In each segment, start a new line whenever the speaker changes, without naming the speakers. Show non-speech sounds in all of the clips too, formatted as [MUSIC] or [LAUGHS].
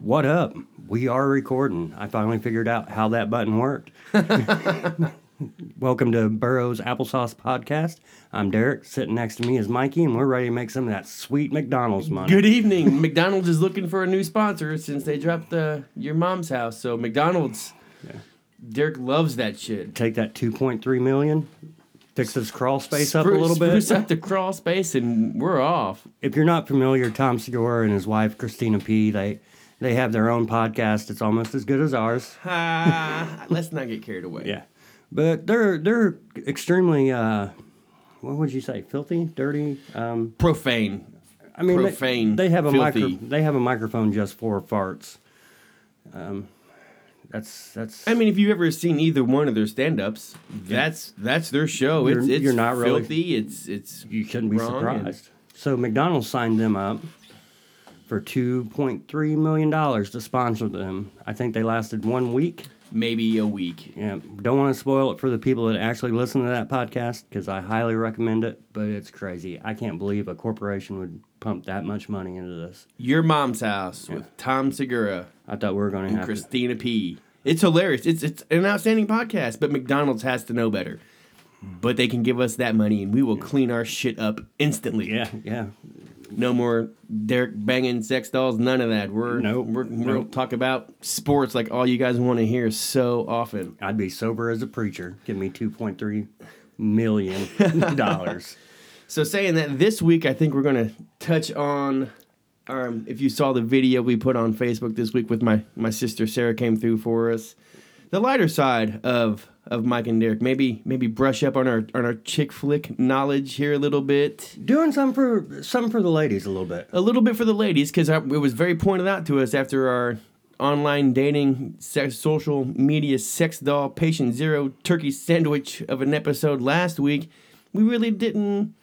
What up? We are recording. I finally figured out how that button worked. Welcome to Burroughs Applesauce Podcast. I'm Derek. Sitting next to me is Mikey, and we're ready to make some of that sweet McDonald's money.
Good evening. McDonald's is looking for a new sponsor since they dropped the your mom's house. So McDonald's, Derek loves that shit.
Take that 2.3 million, fix this crawl space up a
Spru-
little bit.
Spruce up the crawl space and we're off.
if you're not familiar, Tom Segura and his wife Christina P. They they have their own podcast. It's almost as good as ours.
Ah, let's not get carried away.
Yeah, but they're they're extremely uh, what would you say? Filthy, dirty. Um,
Profane.
I mean, they-
Profane,
They, have a micro,
filthy.
They have a microphone just for farts. Um, that's that's.
I mean, if you've ever seen either one of their stand-ups, that's that's their show. It's
You're-
it's
you're not really-
filthy. It's it's
you shouldn't be
wrong and-
surprised. So McDonald's signed them up for two point three million dollars to sponsor them. I think they lasted one week.
maybe a week.
Yeah, don't want to spoil it for the people that actually listen to that podcast because I highly recommend it. But it's crazy. I can't believe a corporation would pump that much money into this.
Your mom's house with Tom Segura.
I thought we were going to have to.
Christina P. It's hilarious. It's it's an outstanding podcast, but McDonald's has to know better. But they can give us that money, and we will clean our shit up instantly.
Yeah, yeah.
No more Derek banging sex dolls. None of that. We're
Nope,
we're, we'll
nope.
talk about sports like all you guys want to hear so often.
I'd be sober as a preacher. Give me two point three
[LAUGHS]
million dollars.
So saying that this week, I think we're gonna touch on. Um, if you saw the video we put on Facebook this week with my my sister Sarah came through for us, the lighter side of of Mike and Derek. Maybe maybe brush up on our on our chick flick knowledge here a little bit,
Doing some for some for the ladies a little bit.
a little bit for the ladies because it was very pointed out to us after our online dating sex, social media sex doll patient zero turkey sandwich of an episode last week. We really didn't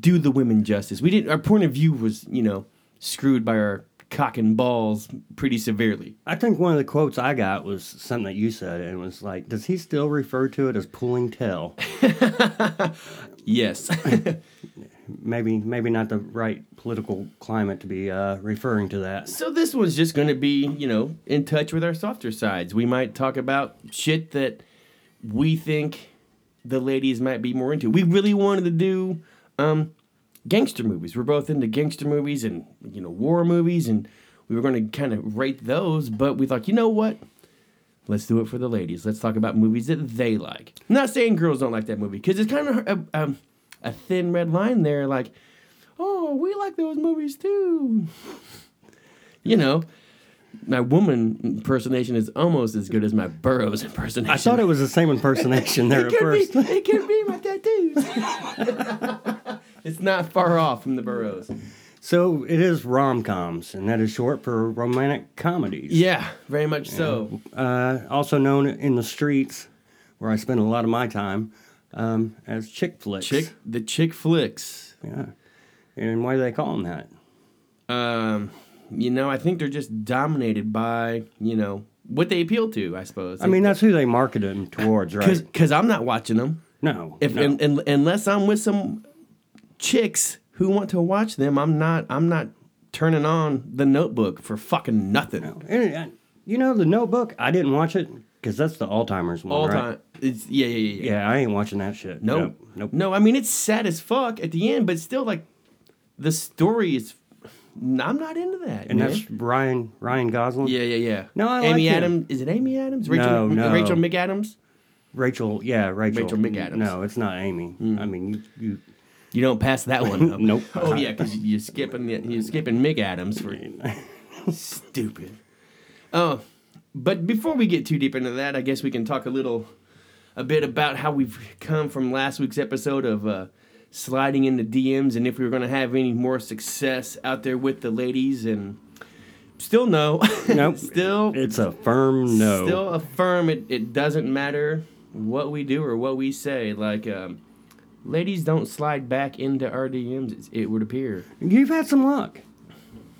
do the women justice. We didn't. Our point of view was you know screwed by our cock and balls pretty severely.
I think one of the quotes I got was something that you said, and it was like, "Does he still refer to it as pulling tail?"
Yes.
Maybe, maybe not the right political climate to be uh, referring to that.
So this one's just going to be, you know, in touch with our softer sides. We might talk about shit that we think the ladies might be more into. We really wanted to do um gangster movies. We're both into gangster movies and, you know, war movies and we were going to kind of rate those, but we thought, you know what? Let's do it for the ladies. Let's talk about movies that they like. I'm not saying girls don't like that movie because it's kind of a, um, a thin red line there. Like, oh, we like those movies too. You know, my woman impersonation is almost as good as my Burroughs impersonation.
I thought it was the same
[LAUGHS]
impersonation there at first.
Be, it could be my tattoos. [LAUGHS] it's not far off from the Burroughs.
So it is rom coms, and that is short for romantic comedies.
Yeah, very much so.
Uh, also known in the streets, where I spend a lot of my time, um, as chick flicks.
Chick, the chick flicks.
Yeah. And why do they call them that?
Um, you know, I think they're just dominated by you know what they appeal to. I suppose.
I mean, that's who they market them towards, right?
because I'm not watching them.
No.
If
no.
un un- unless I'm with some chicks who want to watch them, I'm not. I'm not turning on the Notebook for fucking nothing.
And, uh, you know, The Notebook, I didn't watch it because that's the Alzheimer's one,
All
right?
time. It's yeah, yeah, yeah, yeah.
Yeah, I ain't watching that shit.
No,
Nope. Nope.
No, I mean it's sad as fuck at the end, but still, like the story is. I'm not into that.
And
man.
that's Ryan Ryan Gosling.
yeah, yeah, yeah.
No, I
Amy
like him.
Adams. Is it Amy Adams?
No,
Rachel,
no.
Rachel McAdams.
Rachel. Yeah, Rachel.
Rachel McAdams. Mm.
No, it's not Amy. I mean, you.
[LAUGHS]
you
You don't pass that one. up.
[LAUGHS] Nope.
Oh yeah, because you're skipping the, you're skipping Mick
[LAUGHS]
Adams for stupid. Oh, but before we get too deep into that, I guess we can talk a little, a bit about how we've come from last week's episode of uh, sliding into DMs and if we were going to have any more success out there with the ladies and still no, [LAUGHS]
Nope.
still
It's a firm no.
still affirm it, it doesn't matter what we do or what we say. Like, um, ladies don't slide back into our DMs, it's- it would appear.
You've had some luck.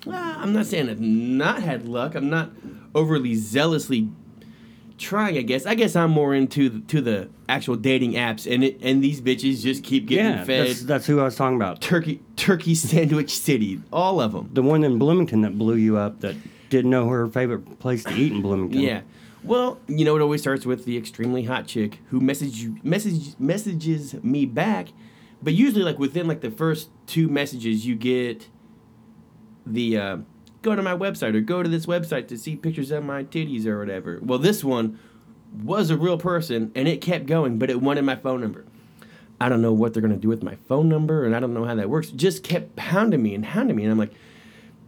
Ah, I'm not saying I've not had luck. I'm not overly zealously trying, I guess. I guess I'm more into the, to the actual dating apps, and it, and these bitches just keep getting
Yeah,
fed.
that's, that's who I was talking about.
Turkey, Turkey Sandwich City, all of them.
The one in Bloomington that blew you up that didn't know her favorite place to eat in Bloomington.
Yeah. Well, you know, it always starts with the extremely hot chick who message you, message messages me back, but usually like within like the first two messages you get the uh, go to my website or go to this website to see pictures of my titties or whatever. Well, this one was a real person and it kept going, but it wanted my phone number. I don't know what they're gonna do with my phone number and I don't know how that works. It just kept pounding me and hounding me and I'm like,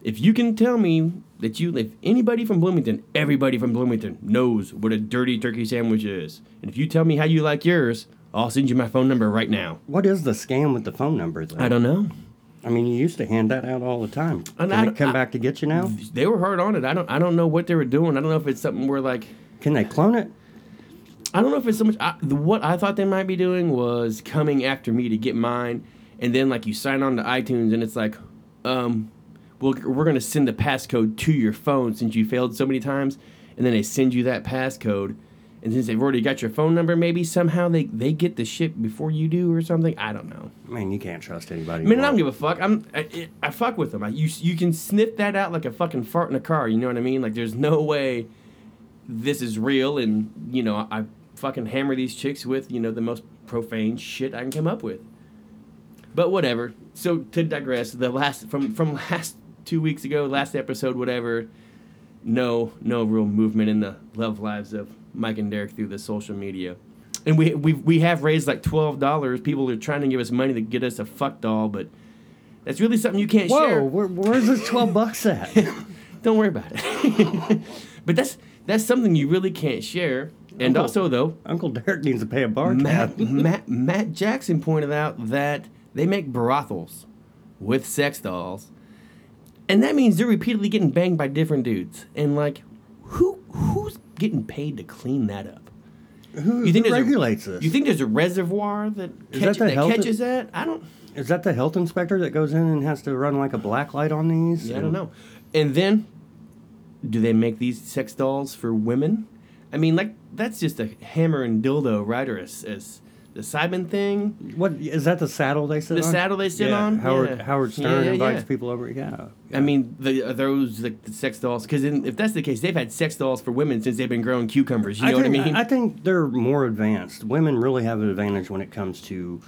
if you can tell me that you if anybody from Bloomington, everybody from Bloomington knows what a dirty turkey sandwich is. And if you tell me how you like yours, I'll send you my phone number right now.
What is the scam with the phone number though?
I don't know.
I mean, you used to hand that out all the time. Can
And I
they
don't-
come
I-
back to get you now?
They were hard on it. I don't I don't know what they were doing. I don't know if it's something where like
Can they clone it?
I don't know if it's so much. I, the, what I thought they might be doing was coming after me to get mine, and then like you sign on to iTunes, and it's like, um, well, we're gonna send the passcode to your phone since you failed so many times, and then they send you that passcode, and since they've already got your phone number, maybe somehow they they get the shit before you do or something. I don't know.
Man, you can't trust anybody.
I mean, I don't
anymore.
give a fuck. I'm I, it- I fuck with them. I, you you can sniff that out like a fucking fart in a car. You know what I mean? Like there's no way this is real, and you know I, I fucking hammer these chicks with you know the most profane shit I can come up with. But whatever. So to digress, the last from from [LAUGHS] last two weeks ago, last episode, whatever. No, no real movement in the love lives of Mike and Derek through the social media. And we we we have raised like twelve dollars. People are trying to give us money to get us a fuck doll, but that's really something you can't
Whoa,
share.
where, where's this twelve bucks at?
[LAUGHS] Don't worry about it. [LAUGHS] but that's that's something you really can't share. And
Cool.
also though,
Uncle Derek needs to pay a bar
Matt,
[LAUGHS] tab.
Matt, Matt Jackson pointed out that they make brothels with sex dolls, and that means they're repeatedly getting banged by different dudes. And like, who who's getting paid to clean that up?
Who,
You think
who
there's a-
regulates this?
You think there's a reservoir that,
Is
catch,
that the
that,
health-
catches that? I don't.
Is that the health inspector that goes in and has to run like a black light on these?
Yeah, I don't know. And then, do they make these sex dolls for women? I mean, like that's just a hammer and dildo, right? Or a, s- a s- the Simon thing.
What is that? The saddle they sit
The
on?
saddle they sit
Yeah,
on?
Howard
Yeah.
Howard
Yeah,
Stern
yeah,
invites
yeah.
people over. Yeah.
I mean, the, are those like the sex dolls? Because if that's the case, they've had sex dolls for women since they've been growing cucumbers. You know
I think,
what I mean?
I think they're more advanced. Women really have an advantage when it comes to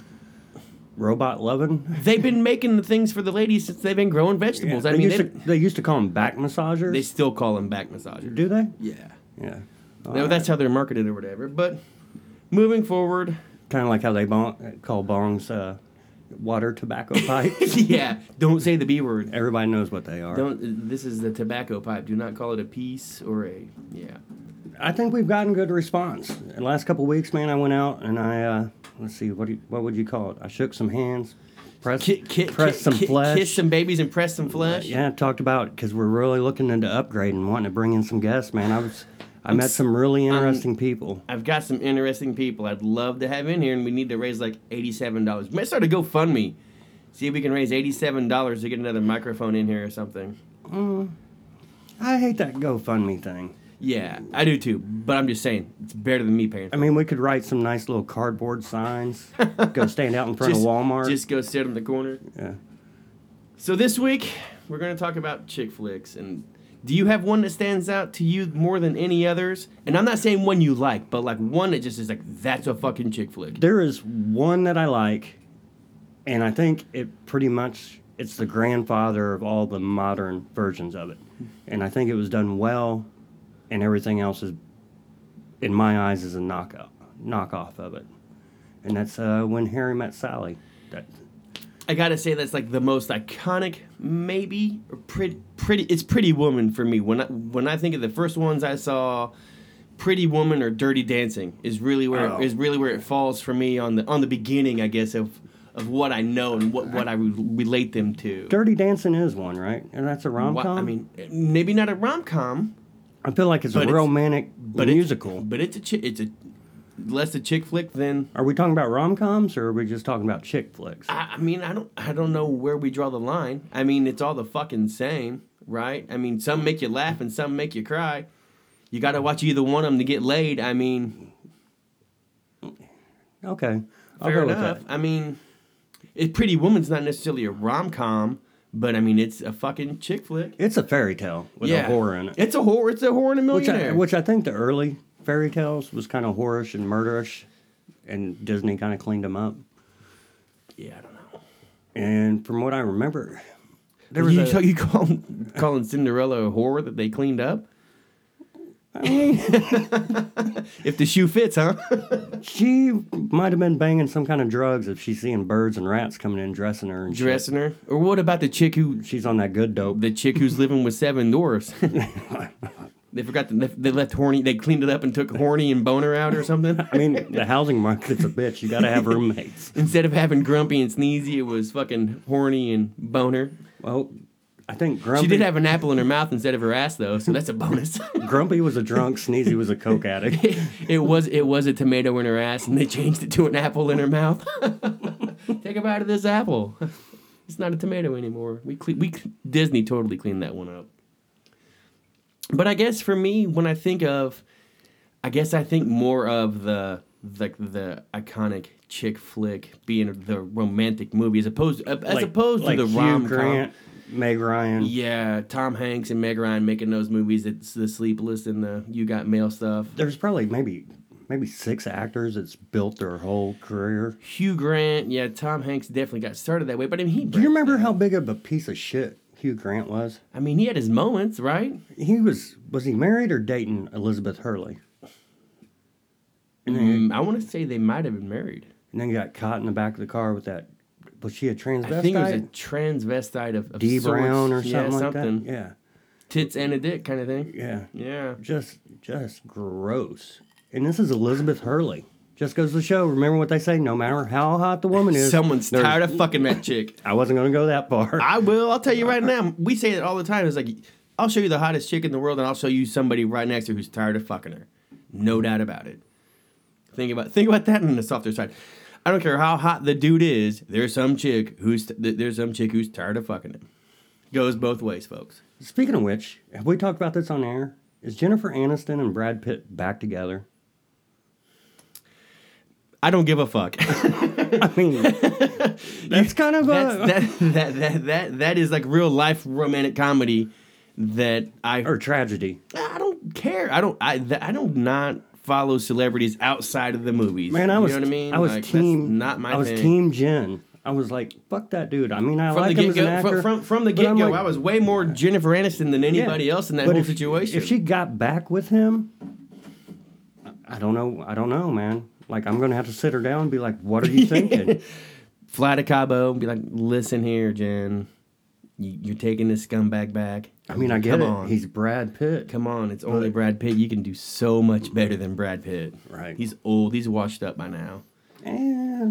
robot loving.
they've been making the things for the ladies since they've been growing vegetables.
they
I mean,
used
they,
to, they used to call them back massagers.
they still call them back massagers.
Do they?
Yeah.
Yeah.
No, that's how they're marketed or whatever. But moving forward, [LAUGHS]
kind of like how they bong, call bongs uh, water
[LAUGHS]
tobacco pipes.
yeah, don't say the B word.
Everybody knows what they are.
Don't. This is the tobacco pipe. Do not call it a piece or a. Yeah.
I think we've gotten good response. In the last couple weeks, man, I went out and I uh, let's see what do you, what would you call it? I shook some hands, pressed
Ki- ki-
pressed
ki-
some
ki-
flesh.
Kiss some babies and press some flesh.
yeah, talked about because we're really looking into upgrading, wanting to bring in some guests, man. I was I met some really interesting people.
I've got some interesting people I'd love to have in here, and we need to raise like eighty-seven dollars. Might start a GoFundMe. See if we can raise eighty-seven dollars to get another microphone in here or something.
I hate that GoFundMe thing.
Yeah, I do too. But I'm just saying, it's better than me paying.
I mean, we could write some nice little cardboard signs, go stand out in front
just,
of Walmart.
Just go sit in the corner.
yeah.
So this week we're gonna talk about chick flicks, and do you have one that stands out to you more than any others? And I'm not saying one you like, but like one that just is like that's a fucking chick flick.
There is one that I like, and I think it pretty much it's the grandfather of all the modern versions of it. And I think it was done well, and everything else is, in my eyes, is a knockout knockoff of it. And that's uh, when Harry met Sally. That
I gotta say that's like the most iconic, maybe or pretty, pretty. It's Pretty Woman for me. When I when I think of the first ones I saw, Pretty Woman or Dirty Dancing is really where
Oh.
is really where it falls for me on the on the beginning, I guess of of what I know and what what I re- relate them to.
Dirty Dancing is one, right? And that's a rom
Why-
com.
I mean, maybe not a rom com,
I feel like it's
but
a
it's-
romantic
but it-
musical.
but it's a chi- it's a less a chick flick than
are we talking about rom coms or are we just talking about chick flicks?
I, I mean I don't I don't know where we draw the line. I mean it's all the fucking same, right? I mean some make you laugh and some make you cry. You got to watch either one of them to get laid. I mean,
okay, I'll
fair
go with
enough.
that.
I mean, it, Pretty Woman's not necessarily a rom com, But I mean, it's a fucking chick flick.
It's a fairy tale with a horror in it,
It's a horror. It's a horror in a
which
millionaire.
I, which I think the early fairy tales was kind of horrorish and murderish, and Disney kind of cleaned them up.
yeah, I don't know.
And from what I remember, there was
you,
a-
so you call, calling Cinderella a horror that they cleaned up? [LAUGHS] if the shoe
[LAUGHS]
fits, huh?
she might have been banging some kind of drugs if she's seeing birds and rats coming in dressing her and shit.
Dressing her. Or what about the chick who
She's on that good dope.
the chick who's living with seven dwarfs? they forgot to, they- they left horny. They cleaned it up and took horny and boner out or something.
I mean, the housing market's a bitch. You gotta have roommates.
Instead of having grumpy and sneezy, it was fucking horny and boner.
Well, I think Grumpy.
She did have an apple in her mouth instead of her ass, though, so that's a bonus. [LAUGHS]
Grumpy was a drunk. Sneezy was a coke addict.
it was it was a tomato in her ass, and they changed it to an apple in her mouth. [LAUGHS] Take a bite of this apple. It's not a tomato anymore. We cle- we cl- Disney totally cleaned that one up. But I guess for me, when I think of, I guess I think more of the the the iconic chick flick being the romantic movie as opposed [LAUGHS] as
Like-
opposed
like
to the
Hugh
rom com.
Grant, Meg Ryan.
Yeah, Tom Hanks and Meg Ryan making those movies. It's the Sleepless and the You Got Mail stuff.
There's probably maybe maybe six actors that's built their whole career.
Hugh Grant, yeah, Tom Hanks definitely got started that way. But I mean, he.
Do you remember how big of a piece of shit Hugh Grant was?
I mean, he had his moments, right?
He was was he married or dating Elizabeth Hurley? Mm-hmm.
Mm, I want to say they might have been married.
And then got caught in the back of the car with that. Was she a transvestite?
I think it was a transvestite of, of
D
sorts.
Brown or something
yeah,
like
something.
that. Yeah,
Tits and a dick kind of thing.
yeah.
Yeah.
Just just gross. And this is Elizabeth Hurley. Just goes to show. Remember what they say: no matter how hot the woman is,
Someone's
there's-
tired of fucking that chick.
I wasn't going to go that
[LAUGHS]
far.
I will. I'll tell you right now. We say it all the time. It's like, I'll show you the hottest chick in the world, and I'll show you somebody right next to her who's tired of fucking her. No doubt about it. Think about think about that on the softer side. I don't care how hot the dude is. There's some chick who's th- there's some chick who's tired of fucking him. Goes both ways, folks.
Speaking of which, have we talked about this on air? Is Jennifer Aniston and Brad Pitt back together?
I don't give a fuck. [LAUGHS]
I mean, that's kind of a
That's, that, that that that that is like real life romantic comedy that I
or tragedy.
I don't care. I don't. I. th- I don't not follow celebrities outside of the movies.
Man, I was
You know what I mean?
was
Like, that's
team.
Not my.
I was
thing.
team Jen. I was like, fuck that dude. I mean, I
From
like
the
him as an
get go.
actor.
From, from, from the
but
get
I'm
go,
like-
I was way more Jennifer Aniston than
Yeah,
anybody else in that
but
whole
if-
situation.
If she got back with him, I- I don't know. I don't know, man. Like, I'm gonna have to sit her down and be like, "What
[LAUGHS]
are you thinking?"
fly to Cabo and be like, "Listen here, Jen, you, you're taking this scumbag back."
I mean, I get
Come
it.
On.
He's Brad Pitt.
Come on, it's only Brad Pitt. You can do so much better than Brad Pitt.
Right.
He's old. He's washed up by now.
Eh,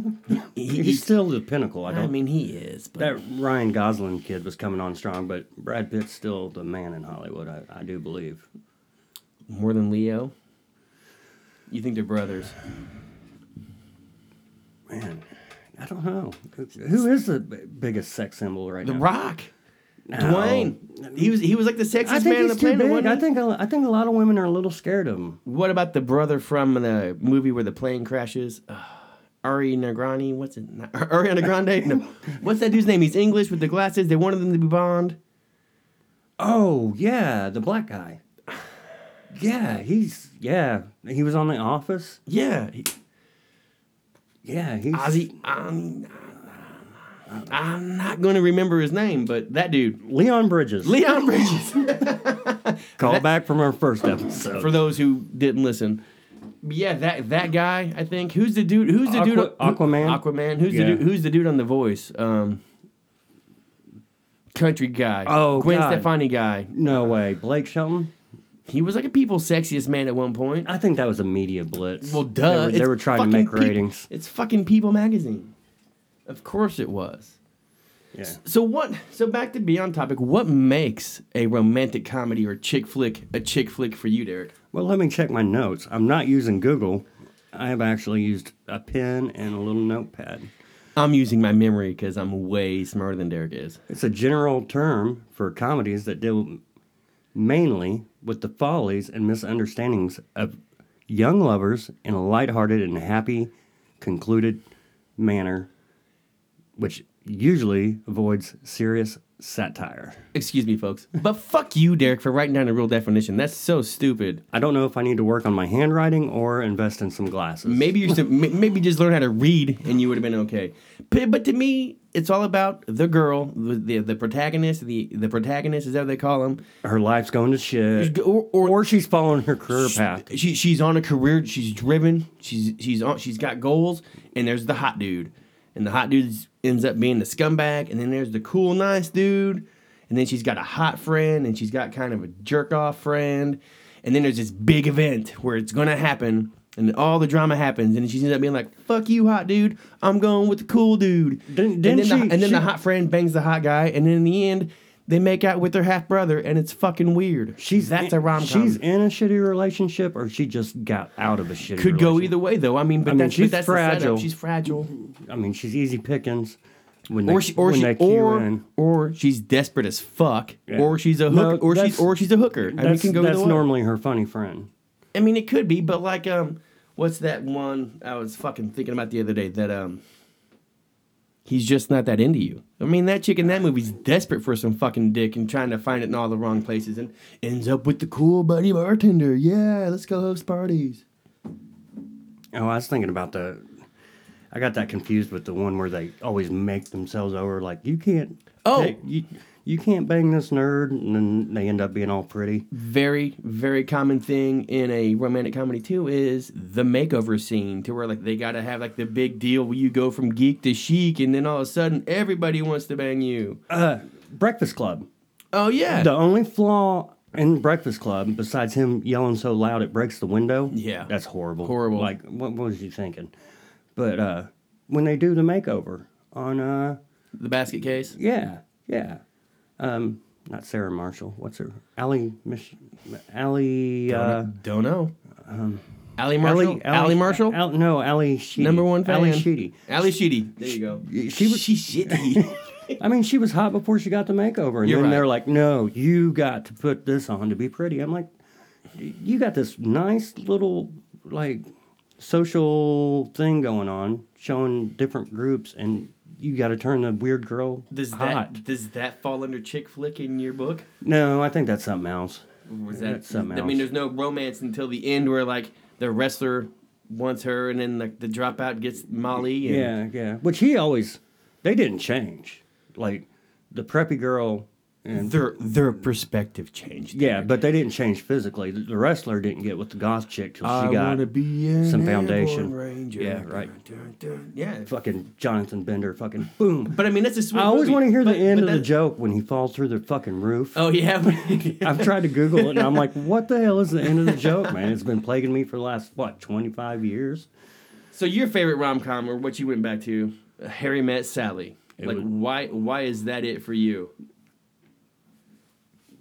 He-
he's still the pinnacle. I don't.
I mean, he is. But
That Ryan Gosling kid was coming on strong, but Brad Pitt's still the man in Hollywood, I, I do believe.
more than Leo. You think they're brothers?
Man, I don't know. Who is the b- biggest sex symbol right
The
now?
Rock.
No.
Dwayne. He was he was like the sexiest
I think
man on
he's
the
too
planet.
big.
wasn't
I
he?
think, a, I think a lot of women are a little scared of him.
What about the brother from the movie where the plane crashes? Uh, Ari Negrani, what's it? Not, [LAUGHS] Ariana Grande? [LAUGHS] No. What's that dude's name? He's English with the glasses. They wanted them to be Bond.
Oh, yeah, the black guy. [SIGHS] Yeah, he's, yeah. He was on The Office.
Yeah. he-
Yeah, he's.
Ozzy. I'm, I'm not going to remember his name, but that dude.
Leon Bridges.
Leon [LAUGHS] Bridges.
Call back from our first episode.
For those who didn't listen. Yeah, that that guy, I think. Who's the dude? Who's the dude?
Aqua- Aquaman?
Aquaman. Who's
Yeah.
the dude? Who's the dude on The Voice? Um, country guy.
Oh,
Gwen
God.
Stefani guy.
no way. Blake Shelton?
He was like a people's sexiest man at one point.
I think that was a media blitz.
Well,
They
duh.
were- They were,
it's
trying to
fucking
make
Peop-
ratings.
it's fucking People Magazine. Of course it was.
Yeah.
So what? So back to be on topic. What makes a romantic comedy or chick flick a chick flick for you, Derek?
Well, let me check my notes. I'm not using Google. I have actually used a pen and a little notepad.
I'm using my memory because I'm way smarter than Derek is.
It's a general term for comedies that deal mainly with the follies and misunderstandings of young lovers in a lighthearted and happy concluded manner, which usually avoids serious satire.
Excuse me, folks. But fuck you, Derek, for writing down a real definition. That's so stupid.
I don't know if I need to work on my handwriting or invest in some glasses.
Maybe you should m- maybe just learn how to read, and you would have been okay. But, but to me, it's all about the girl, the the, the protagonist, the the protagonist is that what they call him,
Her life's going to shit.
or, or
Or she's following her career path.
she she's on a career. She's driven. She's she's on. She's got goals. And there's the hot dude, and the hot dude ends up being the scumbag. And then there's the cool, nice dude. And then she's got a hot friend, and she's got kind of a jerk off friend. And then there's this big event where it's gonna happen, and all the drama happens. And she ends up being like, "Fuck you, hot dude. I'm going with the cool dude."
Didn't-
and
didn't
then, the,
she-
and then the
she-
hot friend bangs the hot guy, and then in the end. They make out with their half brother, and it's fucking weird.
She's
that's
in,
a rom com
She's in a shitty relationship, or she just got out of a shitty.
could go
relationship.
either way though. I mean, but
mean,
that's, but
she's
that's the
fragile.
setup. She's fragile,
I mean, she's easy pickings when they
or she, or
when
she,
they cue
or,
in.
or she's desperate as fuck,
Yeah.
or she's a hook,
No,
or she's
that's-
or she's a hooker. I mean, it
That's,
can go
that's
either way.
normally her funny friend.
I mean, it could be, but like, um, what's that one I was fucking thinking about the other day? That um, he's just not that into you. I mean, that chick in that movie's desperate for some fucking dick and trying to find it in all the wrong places, and ends up with the cool buddy bartender. Yeah, let's go host parties.
Oh, I was thinking about the. I got that confused with the one where they always make themselves over. Like you can't.
Oh.
hey, you, you can't bang this nerd, and then they end up being all pretty.
very very common thing in a romantic comedy too is the makeover scene to where like they gotta have like the big deal where you go from geek to chic and then all of a sudden everybody wants to bang you
Uh, Breakfast Club.
oh yeah
The only flaw in Breakfast Club, besides him yelling so loud it breaks the window,
Yeah.
that's horrible.
Horrible.
Like, what, what was you thinking? But uh, when they do the makeover on, uh,
the basket case
yeah, yeah, um, not Sarah Marshall. What's her? Allie, Mich- Allie, uh,
don't know
Um,
ali marshall
Allie,
ali marshall
Al- no, Allie Sheedy.
number one fan
Allie Sheedy.
ali sheedy there you go
She was.
she shitty
[LAUGHS] I mean, she was hot before she got the makeover, and
You're
then
right.
they're like, "No, you got to put this on to be pretty." I'm like, "You got this nice little like social thing going on, showing different groups, and you got to turn the weird girl
does
hot."
that does that fall under chick flick in your book
No, I think that's something else.
Was that
That's something
I
else.
mean, there's no romance until the end where like the wrestler wants her, and then the, the dropout gets Molly. And,
Yeah, yeah. Which he always, they didn't change. Like the preppy girl and
Their their perspective changed.
yeah, but they didn't change physically. The the wrestler didn't get with the goth chick till she got
be an
some foundation.
airborne Ranger.
Yeah, right.
Dun, dun, dun. Yeah.
fucking Jonathan Bender, fucking boom.
But I mean, that's a sweet.
I always
movie.
want to hear
But-
the end
but
of the
that-
joke when he falls through the fucking roof.
Oh
I've
yeah. [LAUGHS]
tried to Google it and I'm like, what the hell is the end of the joke, man? It's been plaguing me for the last what, 25 years.
so your favorite rom com or what you went back to? Harry Met Sally. like
was-
why why is that it for you?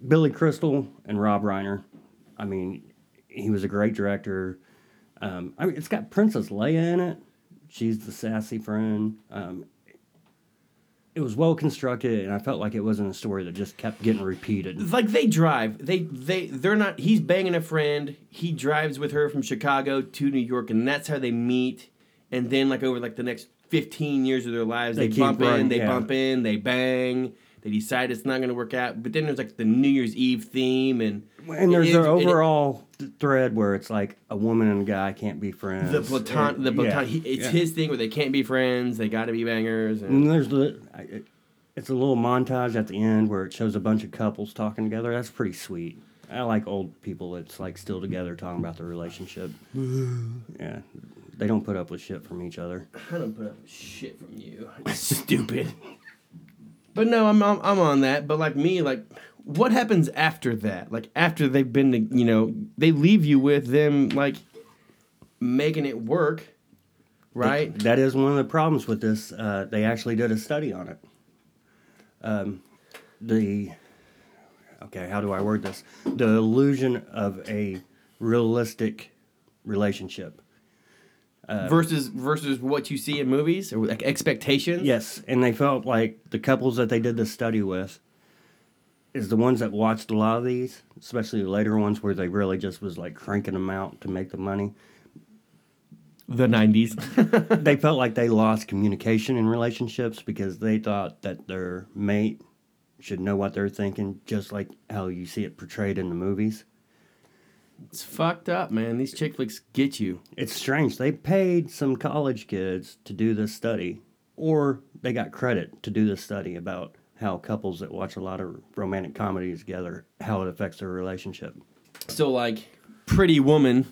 Billy Crystal and Rob Reiner. I mean, he was a great director. Um, I mean, it's got Princess Leia in it. She's the sassy friend. Um, it was well constructed, and I felt like it wasn't a story that just kept getting repeated.
like they drive they they they're not he's banging a friend he drives with her from chicago to new york and that's how they meet and then like over like the next 15 years of their lives they,
They keep
bump in
running,
they
yeah.
bump in they bang they decide it's not going to work out but then there's like the new year's eve theme and
And there's
it-
their
it-
overall th- thread where it's like a woman and a guy can't be friends.
the platon the
Yeah,
platon he, it's
yeah.
his thing where they can't be friends they got to be bangers and
And there's the, I- it- it's a little montage at the end where it shows a bunch of couples talking together. That's pretty sweet. I like old people that's like still together talking about their relationship. yeah, they don't put up with shit from each other.
I don't put up with shit from you. Stupid. But no, I'm, I'm I'm on that. But like me, like what happens after that? Like after they've been, to, you know, they leave you with them like making it work, right?
That is one of the problems with this. Uh, they actually did a study on it. Um, the okay, how do I word this? The illusion of a realistic relationship.
versus versus what you see in movies or like expectations.
Yes, and they felt like the couples that they did this study with is the ones that watched a lot of these, especially the later ones where they really just was like cranking them out to make the money.
the 90s.
they felt like they lost communication in relationships because they thought that their mate should know what they're thinking, just like how you see it portrayed in the movies.
[LAUGHS] it's fucked up, man. These chick flicks get you.
It's strange. They paid some college kids to do this study, or they got credit to do this study about how couples that watch a lot of romantic comedies together, how it affects their relationship.
So like Pretty Woman,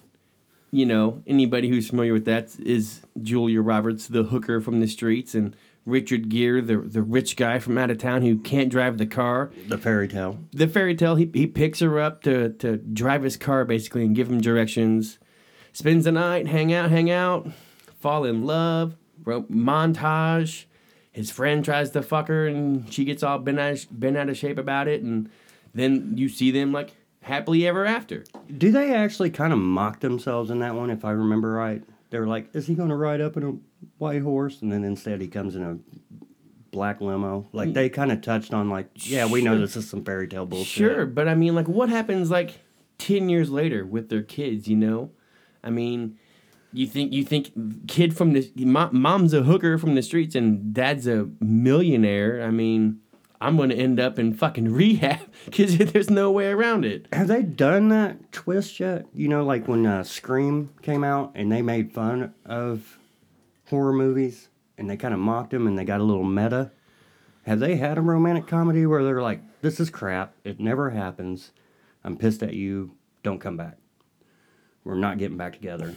you know, anybody who's familiar with that is Julia Roberts, the hooker from the streets, and Richard Gere, the the rich guy from out of town who can't drive the car.
The fairy tale.
The fairy tale, he he picks her up to to drive his car basically and give him directions. Spends the night, hang out, hang out, fall in love, ro- montage. His friend tries to fuck her and she gets all bent out, of sh- bent out of shape about it. And then you see them like happily ever after.
Do they actually kind of mock themselves in that one, if I remember right? They were like, "Is he going to ride up in a white horse?" And then instead, he comes in a black limo. Like they kind of touched on, like, "Yeah, we know
Mm. Sure.
this is some fairy tale bullshit."
Sure, but I mean, like, what happens like ten years later with their kids? You know, I mean, you think you think kid from the mo- mom's a hooker from the streets and dad's a millionaire. I mean, I'm gonna end up in fucking [LAUGHS] rehab because [LAUGHS] there's no way around it.
Have they done that twist yet? You know, like when uh, Scream came out and they made fun of horror movies and they kind of mocked them and they got a little meta. Have they had a romantic comedy where they're like, "This is crap. It never happens. I'm pissed at you. Don't come back. We're not getting back together."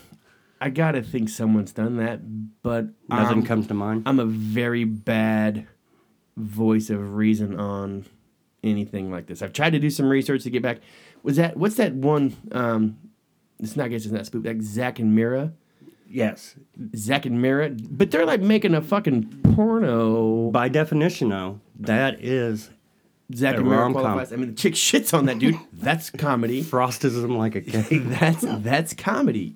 I gotta think someone's done that, but um,
Nothing
I'm,
comes to mind.
I'm a very bad voice of reason on anything like this. I've tried to do some research to get back. Was that what's that one? Um, it's not. I guess it's not spook. Like Zach and Mira,
Yes.
Zach and Mira, but they're like making a fucking porno.
By definition, though, that is
Zach
A
and Mira
rom-com.
qualifies. I mean, the chick shits on that dude. That's
[LAUGHS]
comedy.
frostism like a
[LAUGHS]
cake.
That's that's comedy.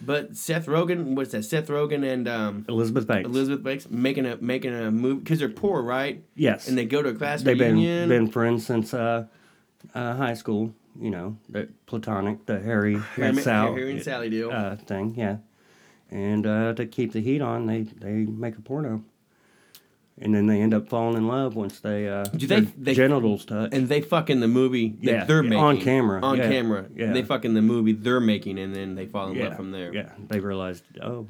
But Seth Rogen, what's that? Seth Rogen and um,
Elizabeth Banks.
Elizabeth Banks making a making a movie because they're poor, right?
Yes.
And they go to a class
They've been
reunion.
been friends since uh, uh, high school. You know, the platonic, the Harry,
Harry,
uh,
Ma-
Sal,
Harry and Sally deal.
uh, thing. Yeah. And uh, to keep the heat on, they they make a porno. And then they end up falling in love once they uh,
Do they-
their
they-
genitals touch.
and they fuck in the movie that
Yeah,
they're
yeah,
making
on camera,
On
yeah,
camera,
yeah.
They fuck in the movie they're making, and then they fall in
yeah,
love from there.
Yeah, they realized oh,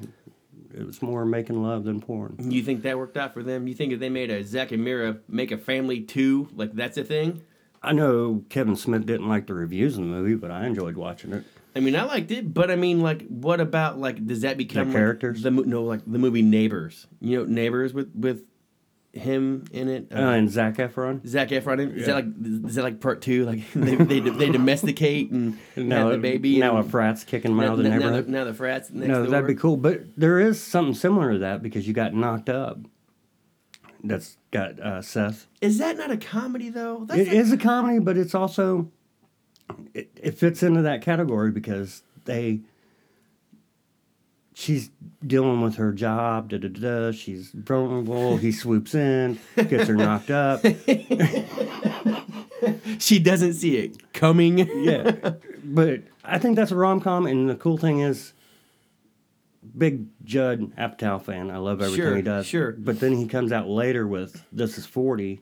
it was more making love than porn.
You think that worked out for them? You think if they made a Zack and Mira make a family two, like that's a thing?
I know Kevin Smith didn't like the reviews in the movie, but I enjoyed watching it.
I mean, I liked it, but I mean, like, what about like does that become like,
characters?
the mo- no, like the movie Neighbors. You know, Neighbors with with him in it.
Uh, and Zach Efron.
Zach Efron in- is that like is that like part two? Like [LAUGHS] they they, they
[LAUGHS]
domesticate and have the baby.
now
and,
a frat's kicking him out
now,
of the
now, now
neighborhood.
the, now the frats. Next
no,
door.
that'd be cool. But there is something similar to that because you got knocked up. That's got uh, Seth.
Is that not a comedy though? That's
It
not-
is a comedy, but it's also it, it fits into that category because they she's dealing with her job. Da da da. da. She's vulnerable. he swoops in, gets her knocked
[LAUGHS]
up.
She doesn't see it coming. [LAUGHS]
yeah, [LAUGHS] but I think that's a rom com, and the cool thing is, big Judd Apatow fan. I love everything
Sure,
he does.
sure.
but then he comes out later with "This Is 40,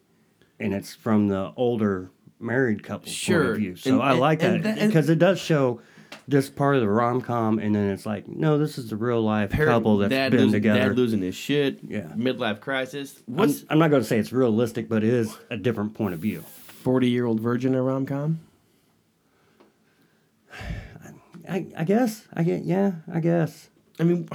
and it's from the older married couple point
Sure,
of view. So
and-
I
and-
like
and
that
that-
because it does show this part of the rom com, and then it's like, no, this is the real life couple that's
dad
been
losing,
together.
Dad losing his shit.
Yeah.
Midlife crisis.
I'm,
What's
I'm not going to say it's realistic, but it is a different point of view.
forty year old virgin a rom com?
I, I guess. I get. Yeah, I guess.
I mean,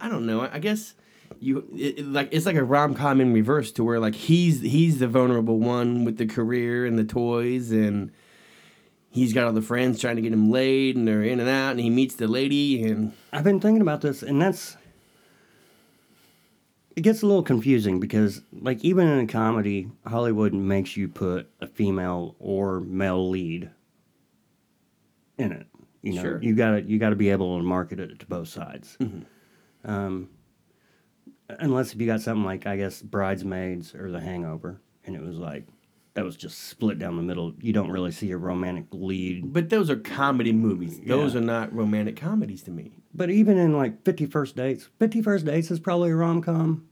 I don't know. I guess you it, it- like it's like a rom com in reverse to where like he's he's the vulnerable one with the career and the toys and. He's got all the friends trying to get him laid, and they're in and out, and he meets the lady, and
I've been thinking about this, and that's it gets a little confusing because, like, even in a comedy, Hollywood makes you put a female or male lead in it. You know,
Sure.
you gotta you gotta be able to market it to both sides. Um, unless if you got something like I guess Bridesmaids or The Hangover, and it was like that was just split down the middle. You don't really see a romantic lead.
But those are comedy movies. Those
Yeah.
are not romantic comedies to me.
But even in like Fifty First Dates, Fifty First Dates is probably a rom com.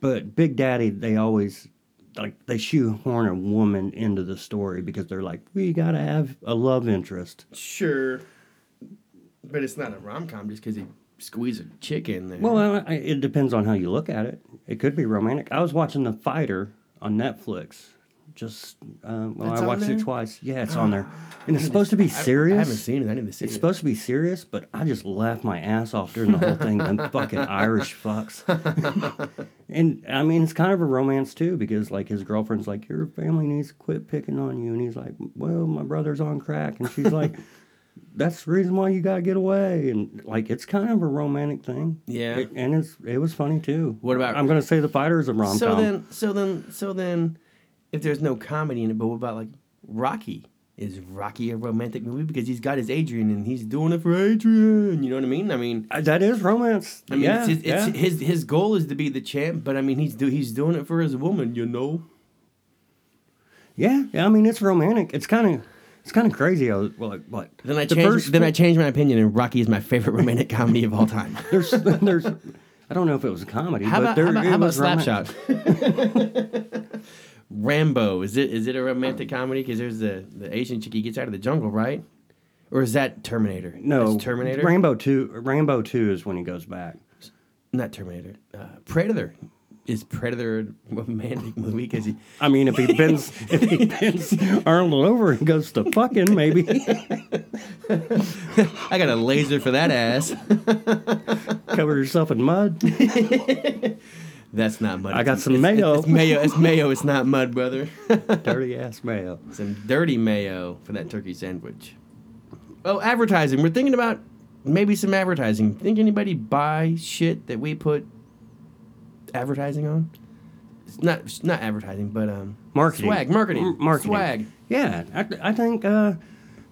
But Big Daddy, they always like they shoehorn a woman into the story because they're like, we gotta have a love interest.
Sure, but it's not a rom com just because he squeezed a chick in there.
Well, I, I, it depends on how you look at it. It could be romantic. I was watching The Fighter on Netflix. Just uh, well,
That's
I
on
watched
there?
it twice. Yeah, it's
[GASPS]
on there, and it's supposed to be serious.
I haven't seen it. I didn't see
It's
it.
supposed to be serious, but I just laughed my ass off during the whole thing.
[LAUGHS]
Them fucking Irish fucks. and I mean, it's kind of a romance too, because like his girlfriend's like, "Your family needs to quit picking on you," and he's like, "Well, my brother's on crack," and she's
[LAUGHS]
like, "That's the reason why you gotta get away." And like, it's kind of a romantic thing.
Yeah.
It- and it's it was funny too.
What about-
I'm gonna say the fighter is a rom com.
so then, so then, so then, if there's no comedy in it, but what about like Rocky? Is Rocky a romantic movie because he's got his Adrian and he's doing it for Adrian? You know what I mean? I mean,
Uh, that is romance.
I mean,
yeah,
it's, it's,
yeah.
it's his his goal is to be the champ, but I mean, he's do, he's doing it for his woman, you know.
Yeah, yeah. I mean, it's romantic. It's kind of, it's kind of crazy. How, like, like
Then I
the
changed,
first-
then I changed my opinion, and Rocky is my favorite romantic comedy of
[LAUGHS]
all time.
there's, there's. I don't know if it was a comedy.
How
but
about,
there,
how about, how
it
about
was romantic.
Slapshot?
[LAUGHS]
Rambo is it is it a romantic comedy? Because there's the the Asian chick he gets out of the jungle, right? Or is that Terminator?
No,
That's Terminator.
Rambo two. Rambo two is when he goes back.
Not Terminator. Uh, Predator. Is Predator a romantic movie? Because he
I mean, if he bends, [LAUGHS] if he bends Arnold over and goes to fucking, maybe [LAUGHS]
I got a laser for that ass. [LAUGHS]
cover yourself in mud.
That's not mud.
I got
It's-
some
it's-
mayo.
It's mayo. It's mayo. It's not mud, brother.
[LAUGHS] Dirty ass mayo.
some dirty mayo for that turkey sandwich. Oh, advertising. We're thinking about maybe some advertising. Think anybody buy shit that we put advertising on? It's not it's not advertising, but um
Marketing.
swag, marketing,
M- marketing.
swag.
Yeah, I, I think uh,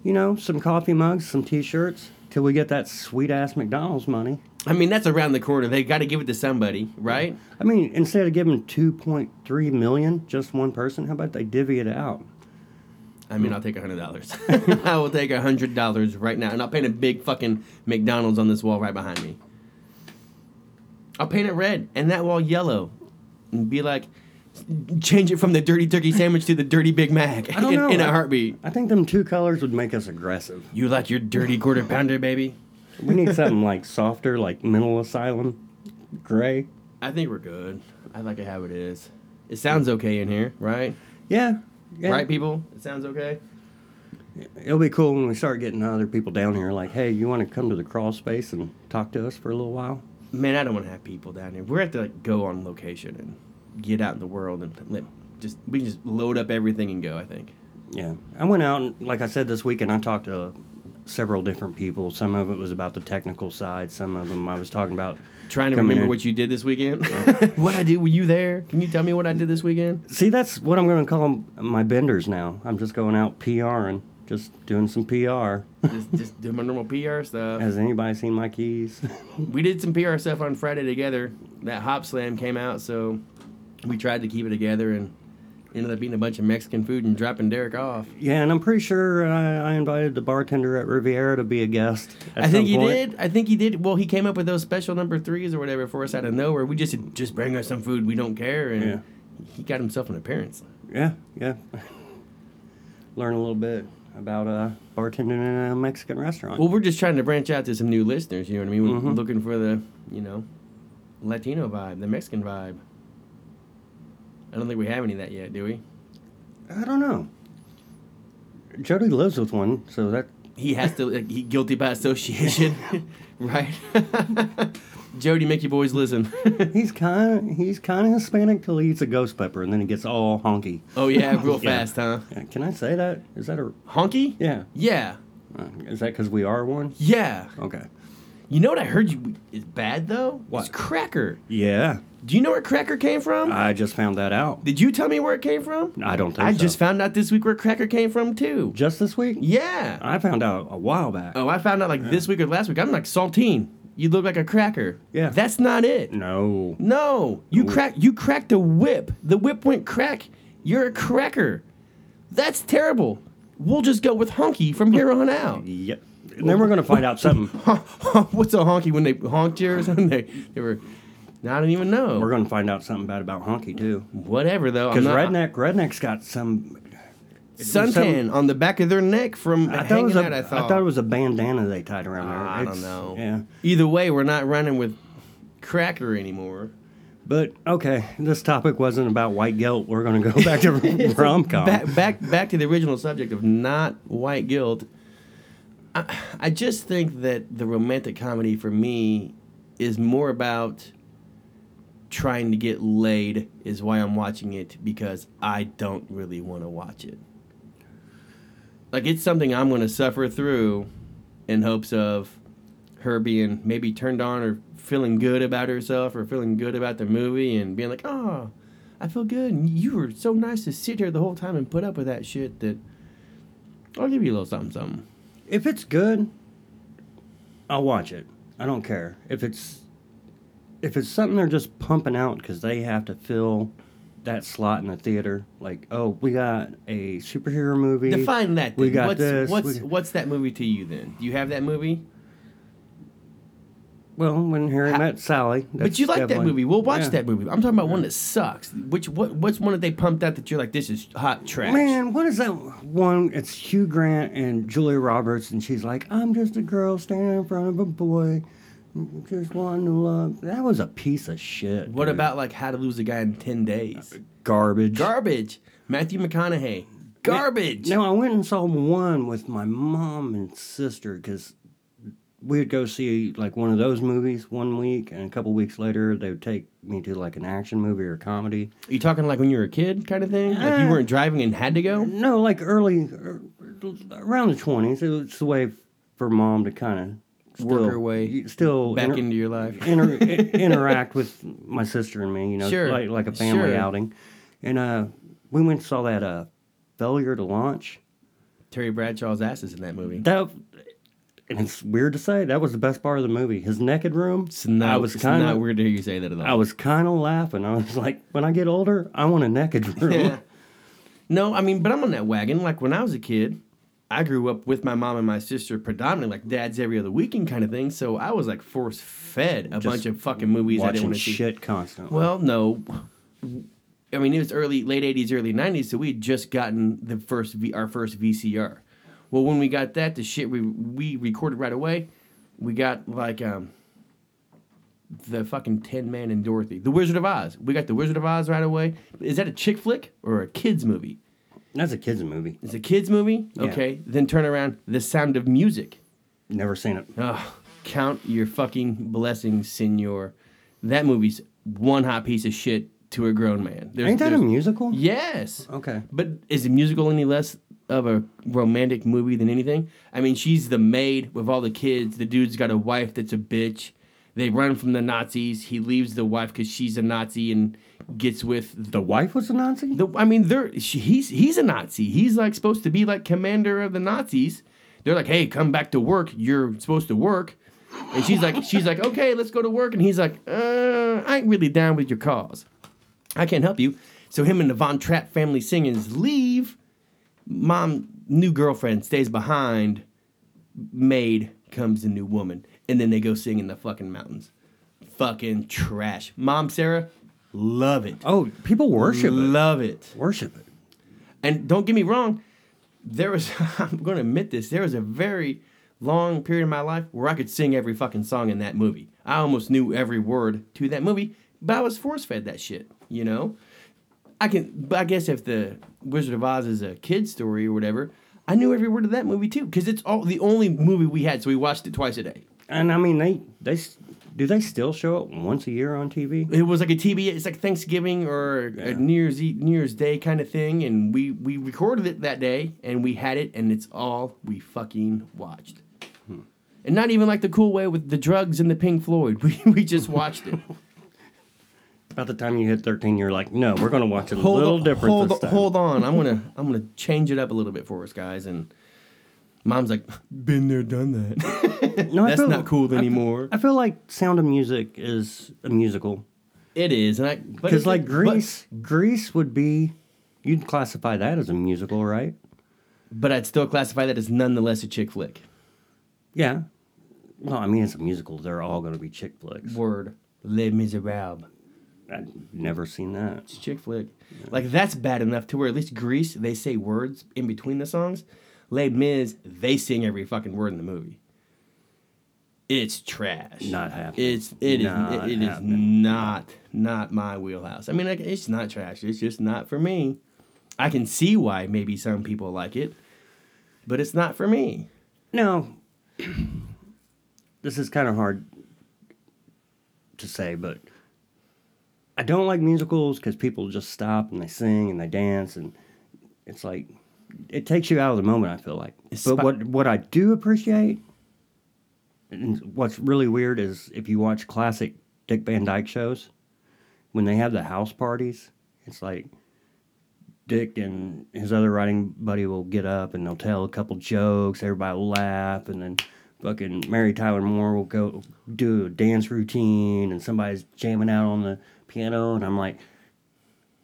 you know some coffee mugs, some T-shirts, till we get that sweet ass McDonald's money.
I mean, that's around the corner. They got to give it to somebody, right?
I mean, instead of giving 2.3 million just one person, how about they divvy it out?
I mean, I'll take a hundred dollars. [LAUGHS] I will take a hundred dollars right now, and I'll paint a big fucking McDonald's on this wall right behind me. I'll paint it red and that wall yellow, and be like, change it from the dirty turkey sandwich to the dirty Big Mac
I don't
in,
know.
in a
I-
heartbeat.
I think them two colors would make us aggressive.
You like
[LAUGHS]
your dirty quarter pounder, baby?
We need something like softer, like mental asylum, gray.
I think we're good. I like it how it is. It sounds okay in here, right?
Yeah, yeah.
Right, people? It sounds okay.
It'll be cool when we start getting other people down here. Like, hey, you want to come to the crawl space and talk to us for a little while?
Man, I don't want to have people down here. We're have to like go on location and get out in the world and let, just we can just load up everything and go. I think.
Yeah, I went out and, like I said this week, and I talked to several different people. Some of it was about the technical side. Some of them I was talking about
Trying to
coming
remember
in-
what you did this weekend. [LAUGHS] what I did? Were you there? Can you tell me what I did this weekend?
See, that's what I'm going to call 'em, my benders now. I'm just going out PRing, just doing some PR.
[LAUGHS] just, just do my normal PR stuff.
[LAUGHS] Has anybody seen my keys? [LAUGHS]
We did some PR stuff on Friday together. That Hop Slam came out, so we tried to keep it together and ended up eating a bunch of Mexican food and dropping Derek off.
yeah, and I'm pretty sure uh, I, I invited the bartender at Riviera to be a guest. at
I
some
think he
point.
did. I think he did. Well, he came up with those special number threes or whatever for us out of nowhere. We just said, just bring us some food. We don't care, and
Yeah.
he got himself an appearance.
Yeah, yeah. [LAUGHS] Learn a little bit about uh, bartending in a Mexican restaurant.
Well, we're just trying to branch out to some new listeners. You know what I mean? We're
Mm-hmm.
looking for the you know Latino vibe, the Mexican vibe. I don't think we have any of that yet, do we?
I don't know. Jody lives with one, so that [LAUGHS]
He has to. Like, he guilty by association, [LAUGHS] right? Jody, make your boys listen. [LAUGHS]
he's kind of he's kind of Hispanic till he eats a ghost pepper, and then he gets all honky.
oh yeah, real
[LAUGHS] Yeah.
fast, huh?
Yeah, Can I say that? Is that a
Honky?
yeah?
Yeah.
Uh, Is that because we are one?
Yeah.
Okay.
You know what I heard you is bad though?
What?
It's cracker.
Yeah,
Do you know where cracker came from?
I just found that out.
Did you tell me where it came from?
I don't think
I
so.
just found out this week where cracker came from too.
just this week.
Yeah.
I found out a while back.
Oh, I found out like this week or last week. I'm like saltine. You look like a cracker.
Yeah.
That's not it.
No,
No, you crack. You cracked a whip. The whip went crack. You're a cracker. That's terrible. We'll just go with honky from here
[LAUGHS]
on out.
Yep. And then we're gonna find out
[LAUGHS]
something.
What's a honky when they honked you or something? They, [LAUGHS] they were, I don't even know.
We're gonna find out something bad about honky too.
Whatever though, I'm
Because
not-
redneck, redneck's got some.
suntan on the back of their neck from
I thought, it
hanging
was a,
out. I thought.
it was a bandana they tied around there.
I don't
It's-
know.
Yeah,
Either way, we're not running with cracker anymore.
but okay, this topic wasn't about white guilt. We're gonna go [LAUGHS] back
[LAUGHS]
to rom com.
Back back back to the original subject of not white guilt. I, I just think that the romantic comedy for me is more about trying to get laid is why I'm watching it because I don't really want to watch it. Like it's something I'm going to suffer through in hopes of her being maybe turned on or feeling good about herself or feeling good about the movie and being like, "Oh, I feel good. And you were so nice to sit here the whole time and put up with that shit that I'll give you a little something something."
If it's good, I'll watch it. I don't care if it's if it's something they're just pumping out because they have to fill that slot in the theater. Like, oh, we got a superhero movie.
Define that.
we
then.
got
what's,
this,
What's
we-
what's that movie to you then? Do you have that movie?
Well, when Harry
Ha-
met Sally.
but you like that movie. We'll watch
that
that movie. I'm talking about one that sucks. Which what what's one that they pumped out that you're like this is hot trash?
Man, what is that one? It's Hugh Grant and Julia Roberts, and she's like, "I'm just a girl standing in front of a boy, just wanting to love." That was a piece of shit.
What
dude.
about like How to Lose a Guy in Ten Days?
garbage?
Garbage. Matthew McConaughey. Garbage.
No, I went and saw one with my mom and sister because we'd go see like one of those movies one week, and a couple weeks later they would take me to like an action movie or comedy.
Are you talking like when you were a kid kind of thing? Like you
Uh,
weren't driving and had to go?
No, like early er, around the twenties. It's the way for mom to kind of
Work her way
still
Back
inter-
into your life.
inter-
[LAUGHS]
i- interact with my sister and me. You know,
Sure,
like like a family
sure.
outing. And uh, we went and saw that uh, failure to launch.
Terry Bradshaw's ass is in that movie.
That and it's weird to say that was the best part of the movie. His naked room.
It's not,
I was
it's
kind
not
of
weird to hear you say that at all.
I was kind of laughing. I was like, when I get older, I want a
[LAUGHS]
naked room.
Yeah. No, I mean, but I'm on that wagon. Like when I was a kid, I grew up with my mom and my sister predominantly like dad's every other weekend kind of thing. So I was like force fed a bunch of fucking movies I didn't
Watching
want to see.
shit constantly.
Well, no. I mean, it was early, late '80s, early '90s, so we had just gotten the first v, our first VCR. Well, when we got that, the shit we we recorded right away. We got like um, the fucking Tin Man and Dorothy, The Wizard of Oz. We got The Wizard of Oz right away. Is that a chick flick or a kids movie?
That's a kids movie.
It's a kids movie.
Yeah.
Okay, then turn around, The Sound of Music.
Never seen it.
Ugh, count your fucking blessings, senor. That movie's one hot piece of shit to a grown man. There's,
Ain't that a
there's-
musical?
Yes.
Okay.
But is the musical any less of a romantic movie than anything? I mean, she's the maid with all the kids. The dude's got a wife that's a bitch. They run from the Nazis. He leaves the wife because she's a Nazi and gets with
The wife was a Nazi?
the, I mean, they're she, he's he's a Nazi. He's like supposed to be like commander of the Nazis. They're like, hey, come back to work. You're supposed to work. And she's like, she's like, okay, let's go to work. And he's like, uh, I ain't really down with your cause. I can't help you. So him and the Von Trapp family singers leave. Mom, new girlfriend stays behind. Maid comes a new woman, and then they go sing in the fucking mountains. Fucking trash. Mom, Sarah, love it.
oh, people worship it.
Love it.
Worship it.
And don't get me wrong, there was [LAUGHS] I'm going to admit this, there was a very long period of my life where I could sing every fucking song in that movie. I almost knew every word to that movie, but I was force-fed that shit, you know? I can but I guess if the Wizard of Oz is a kid story or whatever, I knew every word of that movie too cuz it's all the only movie we had, so we watched it twice a day.
And I mean, they they s- do they still show it once a year on TV?
it was like a TV. It's like Thanksgiving or a New Year's Eve, New Year's Day kind of thing, and we we recorded it that day, and we had it, and it's all we fucking watched,
Hmm.
and not even like the cool way with the drugs and the Pink Floyd. [LAUGHS] We we just watched it.
About the time you hit 13, you're like, no, we're going to watch it a [LAUGHS]
hold
little
on,
different
hold,
this
on-
time.
hold on, I'm gonna I'm gonna change it up a little bit for us guys, and mom's like, been there, done that. [LAUGHS]
no, I
That's
feel-
not cool anymore.
I feel like Sound of Music is a musical.
It is, and I but
Because,
it's
like,
but-
Grease, Grease would be You'd classify that as a musical, right?
But I'd still classify that as nonetheless a chick flick.
Yeah. Well, I mean, it's a musical. They're all going to be chick flicks.
Word. Les Miserables.
I've never seen that.
It's a chick flick. Like that's bad enough to where at least Grease they say words in between the songs. Les Mis they sing every fucking word in the movie. It's trash.
Not happening.
It's it is
Not
it, it is
happening.
not not my wheelhouse. I mean, like, it's not trash. It's just not for me. I can see why maybe some people like it, but it's not for me.
Now, [CLEARS THROAT] this is kind of hard to say, but I don't like musicals because people just stop and they sing and they dance, and it's like it takes you out of the moment. I feel like,
It's
but
spi-
what what I do appreciate, and what's really weird is if you watch classic Dick Van Dyke shows, when they have the house parties, it's like Dick and his other writing buddy will get up and they'll tell a couple jokes. Everybody will laugh, and then fucking Mary Tyler Moore will go do a dance routine, and somebody's jamming out on the piano, and I'm like,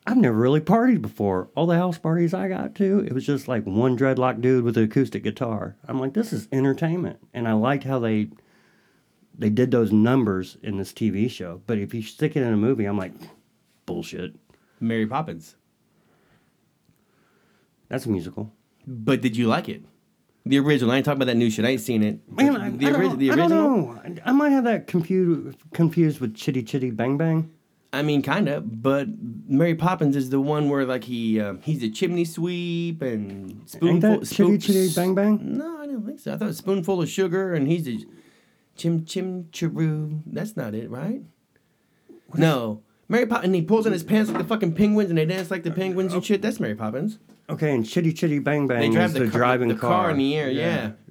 I've never really partied before. All the house parties I got to, it was just like one dreadlock dude with an acoustic guitar. I'm like, this is entertainment, and I liked how they they did those numbers in this TV show. But if you stick it in a movie, I'm like, bullshit.
Mary Poppins.
That's a musical.
But did you like it? The original. I ain't talking about that new shit. I ain't seen it.
Man,
But
I,
the,
I,
ori-
don't,
the
I
original.
don't know. I- I might have that confused confused with Chitty Chitty Bang Bang.
I mean, kind of, but Mary Poppins is the one where like he um, he's a chimney sweep and
Ain't
spoonful.
that Chitty Chitty Bang Bang?
No, I didn't think so. I thought spoonful of sugar and he's a chim chim chiroo. That's not it, right? No, Mary Poppins. And he pulls on his pants like the fucking penguins and they dance like the penguins and shit. That's Mary Poppins.
Okay, Oh. and Chitty Chitty Bang Bang
They drive
is
the,
the,
car,
driving
the car. in the air. Yeah,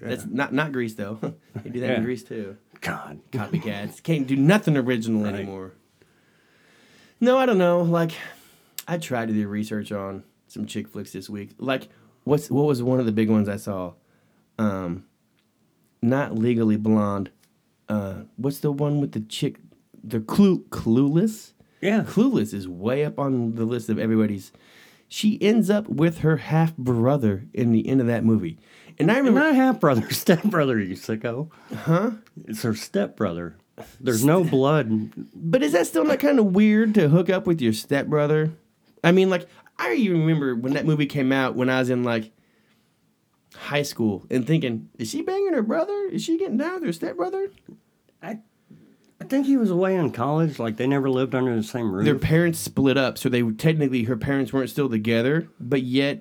yeah.
that's not not Grease though. [LAUGHS] they do that
Yeah.
in Grease too.
God,
copycats. Can't do nothing original
Right.
anymore. No, I don't know. Like, I tried to do research on some chick flicks this week. Like, what's what was one of the big ones I saw? Um, not legally blonde. Uh, what's the one with the chick? The clue clueless.
yeah.
Clueless is way up on the list of everybody's. She ends up with her half brother in the end of that movie, and I
[LAUGHS]
remember
Not half brother, [LAUGHS] step brother, you sicko. Huh? It's her step brother. There's no blood.
But is that still not kind of weird to hook up with your stepbrother? I mean, like, I even remember when that movie came out when I was in, like, high school and thinking, is she banging her brother? Is she getting down with her stepbrother?
I, I think he was away in college. Like they never lived under the same roof.
Their parents split up, so they technically, her parents weren't still together, but yet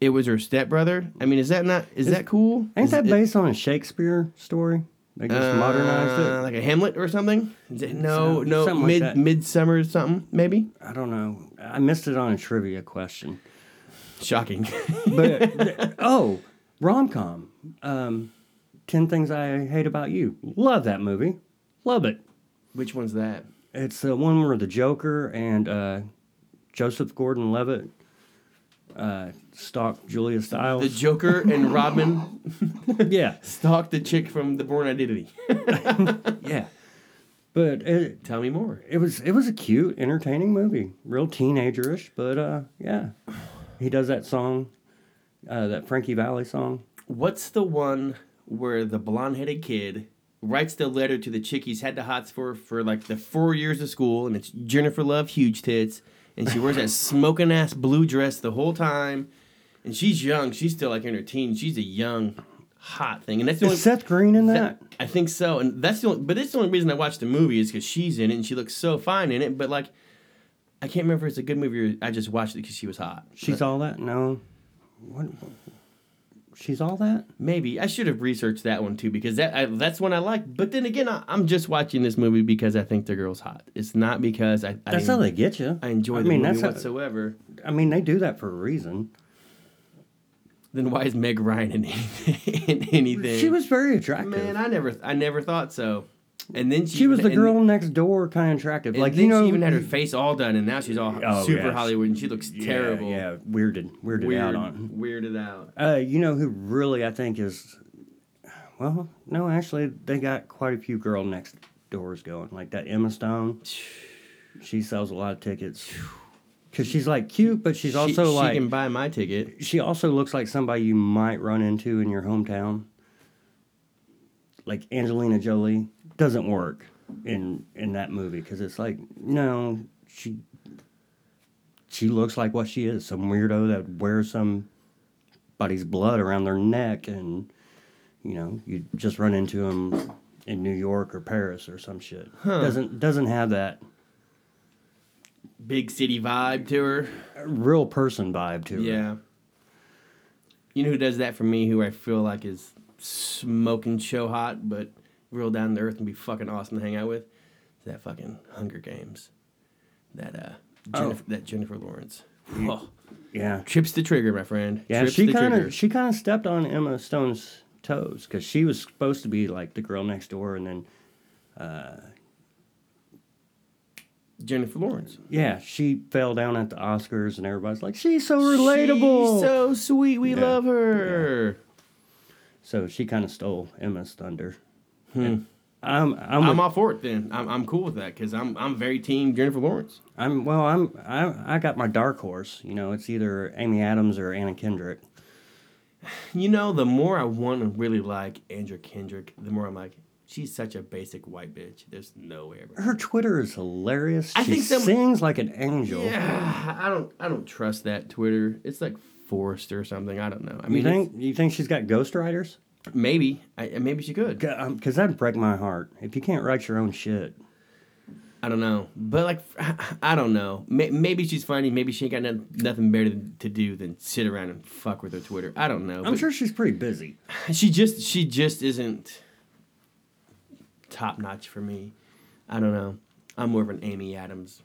it was her stepbrother. I mean, is that not, is, that cool?
Ain't
Is
that
it-
based on a Shakespeare story? They just
uh,
modernized it.
Like a Hamlet or something? Is it- no,
Some-
no,
something like
mid,
that.
midsummer or something, maybe?
I don't know. I missed it on a trivia question.
Shocking. [LAUGHS]
But th- oh, rom com. Um, Ten Things I Hate About You. Love that movie. Love it.
Which one's that?
It's the one where the Joker and uh, Joseph Gordon-Levitt uh, stalk Julia
The
Stiles.
Joker and Robin
yeah,
stalked the chick from The Born Identity.
yeah. But it,
Tell me more.
it was it was a cute, entertaining movie. Real teenagerish, but uh, yeah. He does that song, uh, that Frankie Valley song.
What's the one where the blonde-headed kid writes the letter to the chick he's had the hots for for like the four years of school, and it's Jennifer Love, huge tits, and she wears that [LAUGHS] smoking ass blue dress the whole time, and she's young. She's still like in her teens. She's a young, hot thing, and that's the only.
Is Seth Green in that?
That- I think so, and that's the only. But it's the only reason I watched the movie is because she's in it and she looks so fine in it. But like, I can't remember if it's a good movie. or I just watched it because she was hot.
She's all that? No. What? She's all that?
Maybe I should have researched that one too because that I, that's one I like. But then again, I, I'm just watching this movie because I think the girl's hot. It's not because I. I
That's how
didn't-
they get you.
I enjoy the
mean,
movie
that's how-
whatsoever.
I mean, they do that for a reason.
Then why is Meg Ryan in, [LAUGHS] anything- in anything?
She was very attractive.
man. I never I never thought so. And then she,
she was the
and-
girl next door, kind of attractive.
and
Like
then
you know,
she even had her face all done, and now she's all
Oh,
super
yes.
Hollywood, and she looks
yeah,
terrible.
Yeah, weirded, weirded out on.
weirded out.
Uh, you know who really I think is, well, no, actually they got quite a few girl next
[SIGHS]
doors going. Like that Emma Stone. She sells a lot of tickets. because she's like cute, but she's also
she,
like
she can buy my ticket.
she also looks like somebody you might run into in your hometown. Like Angelina Jolie doesn't work in in that movie because it's like no she she looks like what she is some weirdo that wears somebody's blood around their neck and you know you just run into him in New York or Paris or some shit doesn't doesn't have that
Big city vibe to her.
real person vibe to her.
Yeah. You know who does that for me? Who I feel like is smoking show hot, but real down to earth and be fucking awesome to hang out with. Is that fucking Hunger Games. That uh,
Oh.
Jennifer, that Jennifer Lawrence. Oh,
yeah
trips the trigger, my friend.
Yeah,
trips
she
the
kind
trigger.
of she kind of stepped on Emma Stone's toes because she was supposed to be like the girl next door, and then
Jennifer Lawrence.
yeah, she fell down at the Oscars, and everybody's like, she's so relatable.
She's so sweet. We
Yeah.
love her.
so she kind of stole Emma's thunder. And I'm I'm,
I'm
with-
all for it then. I'm, I'm cool with that because I'm I'm very team Jennifer Lawrence.
I'm well I'm I I got my dark horse. You know, it's either Amy Adams or Anna Kendrick.
You know, the more I want to really like Andrew Kendrick, the more I'm like, she's such a basic white bitch. There's no way ever.
Her Twitter is hilarious.
I
she
think some-
sings like an angel.
Yeah, I don't I don't trust that Twitter. It's like forced or something. I don't know. I
You
mean,
think you think she's got ghostwriters?
it's- maybe I, maybe she could.
Because that'd break my heart if you can't write your own shit.
I don't know, but like [SIGHS] I don't know. May- Maybe she's funny. Maybe she ain't got no- nothing better to do than sit around and fuck with her Twitter. I don't know.
I'm
but
sure she's pretty busy.
she just she just isn't top notch for me. I don't know. I'm more of an Amy Adams,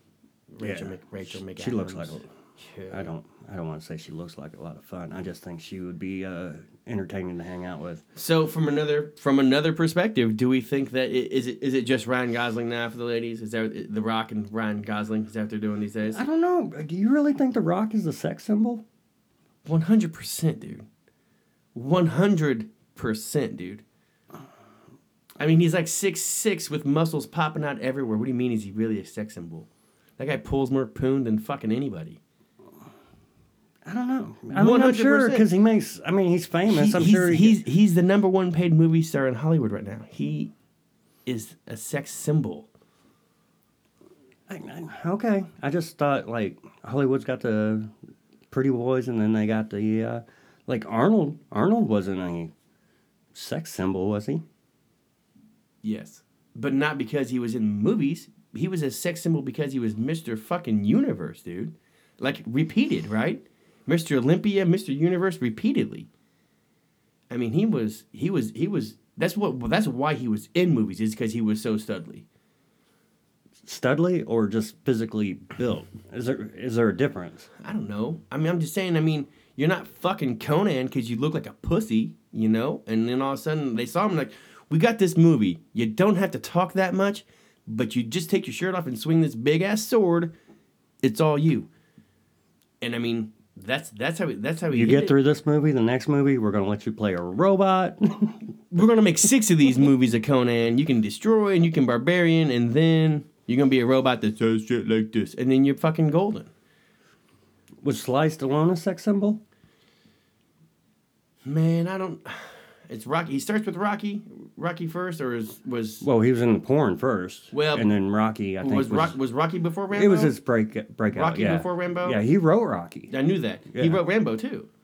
Rachel
Yeah.
Mc, Rachel McAdams.
She looks like a-
Yeah.
I don't. I don't want to say she looks like a lot of fun. I just think she would be uh, entertaining to hang out with.
So from another from another perspective, do we think that i- is it is it just Ryan Gosling now for the ladies? Is that The Rock and Ryan Gosling? Is that what they're doing these days?
I don't know. Do you really think The Rock is a sex symbol?
One hundred percent, dude. One hundred percent, dude. I mean, he's like six six with muscles popping out everywhere. What do you mean? Is he really a sex symbol? That guy pulls more poon than fucking anybody.
I don't know. I mean, I'm sure
100%.
because he makes. I mean, he's famous.
He-
I'm
he's,
sure he-
he's he's the number one paid movie star in Hollywood right now. He is a sex symbol.
I- I- okay. I just thought like Hollywood's got the pretty boys, and then they got the uh, like Arnold. Arnold wasn't a sex symbol, was he?
Yes. But not because he was in movies. He was a sex symbol because he was Mr. fucking Universe, dude. Like repeated, right? Mr. Olympia, Mr. Universe repeatedly. I mean, he was he was he was that's what well, that's why he was in movies is because he was so studly.
Studley or just physically built? Is there is there a difference?
I don't know. I mean, I'm just saying, I mean, you're not fucking Conan because you look like a pussy, you know? And then all of a sudden they saw him like, we got this movie. You don't have to talk that much, but you just take your shirt off and swing this big ass sword. It's all you. And I mean, that's that's how we, that's how we
You get through this movie, the next movie, we're gonna let you play a robot. [LAUGHS]
We're gonna make six of these movies of Conan. You can destroy and you can barbarian, and then you're gonna be a robot that says shit like this, and then you're fucking golden.
Was sliced alone a sex symbol?
Man, I don't. [SIGHS] It's Rocky. He starts with Rocky. Rocky first, or is was
Well, he was in the porn first.
Well,
and then Rocky, I think
was
was,
Rock, was Rocky before Rambo?
it was his break breakout.
Rocky
yeah.
before Rambo?
Yeah, he wrote Rocky.
I knew that. He
Yeah.
wrote Rambo too. [SIGHS]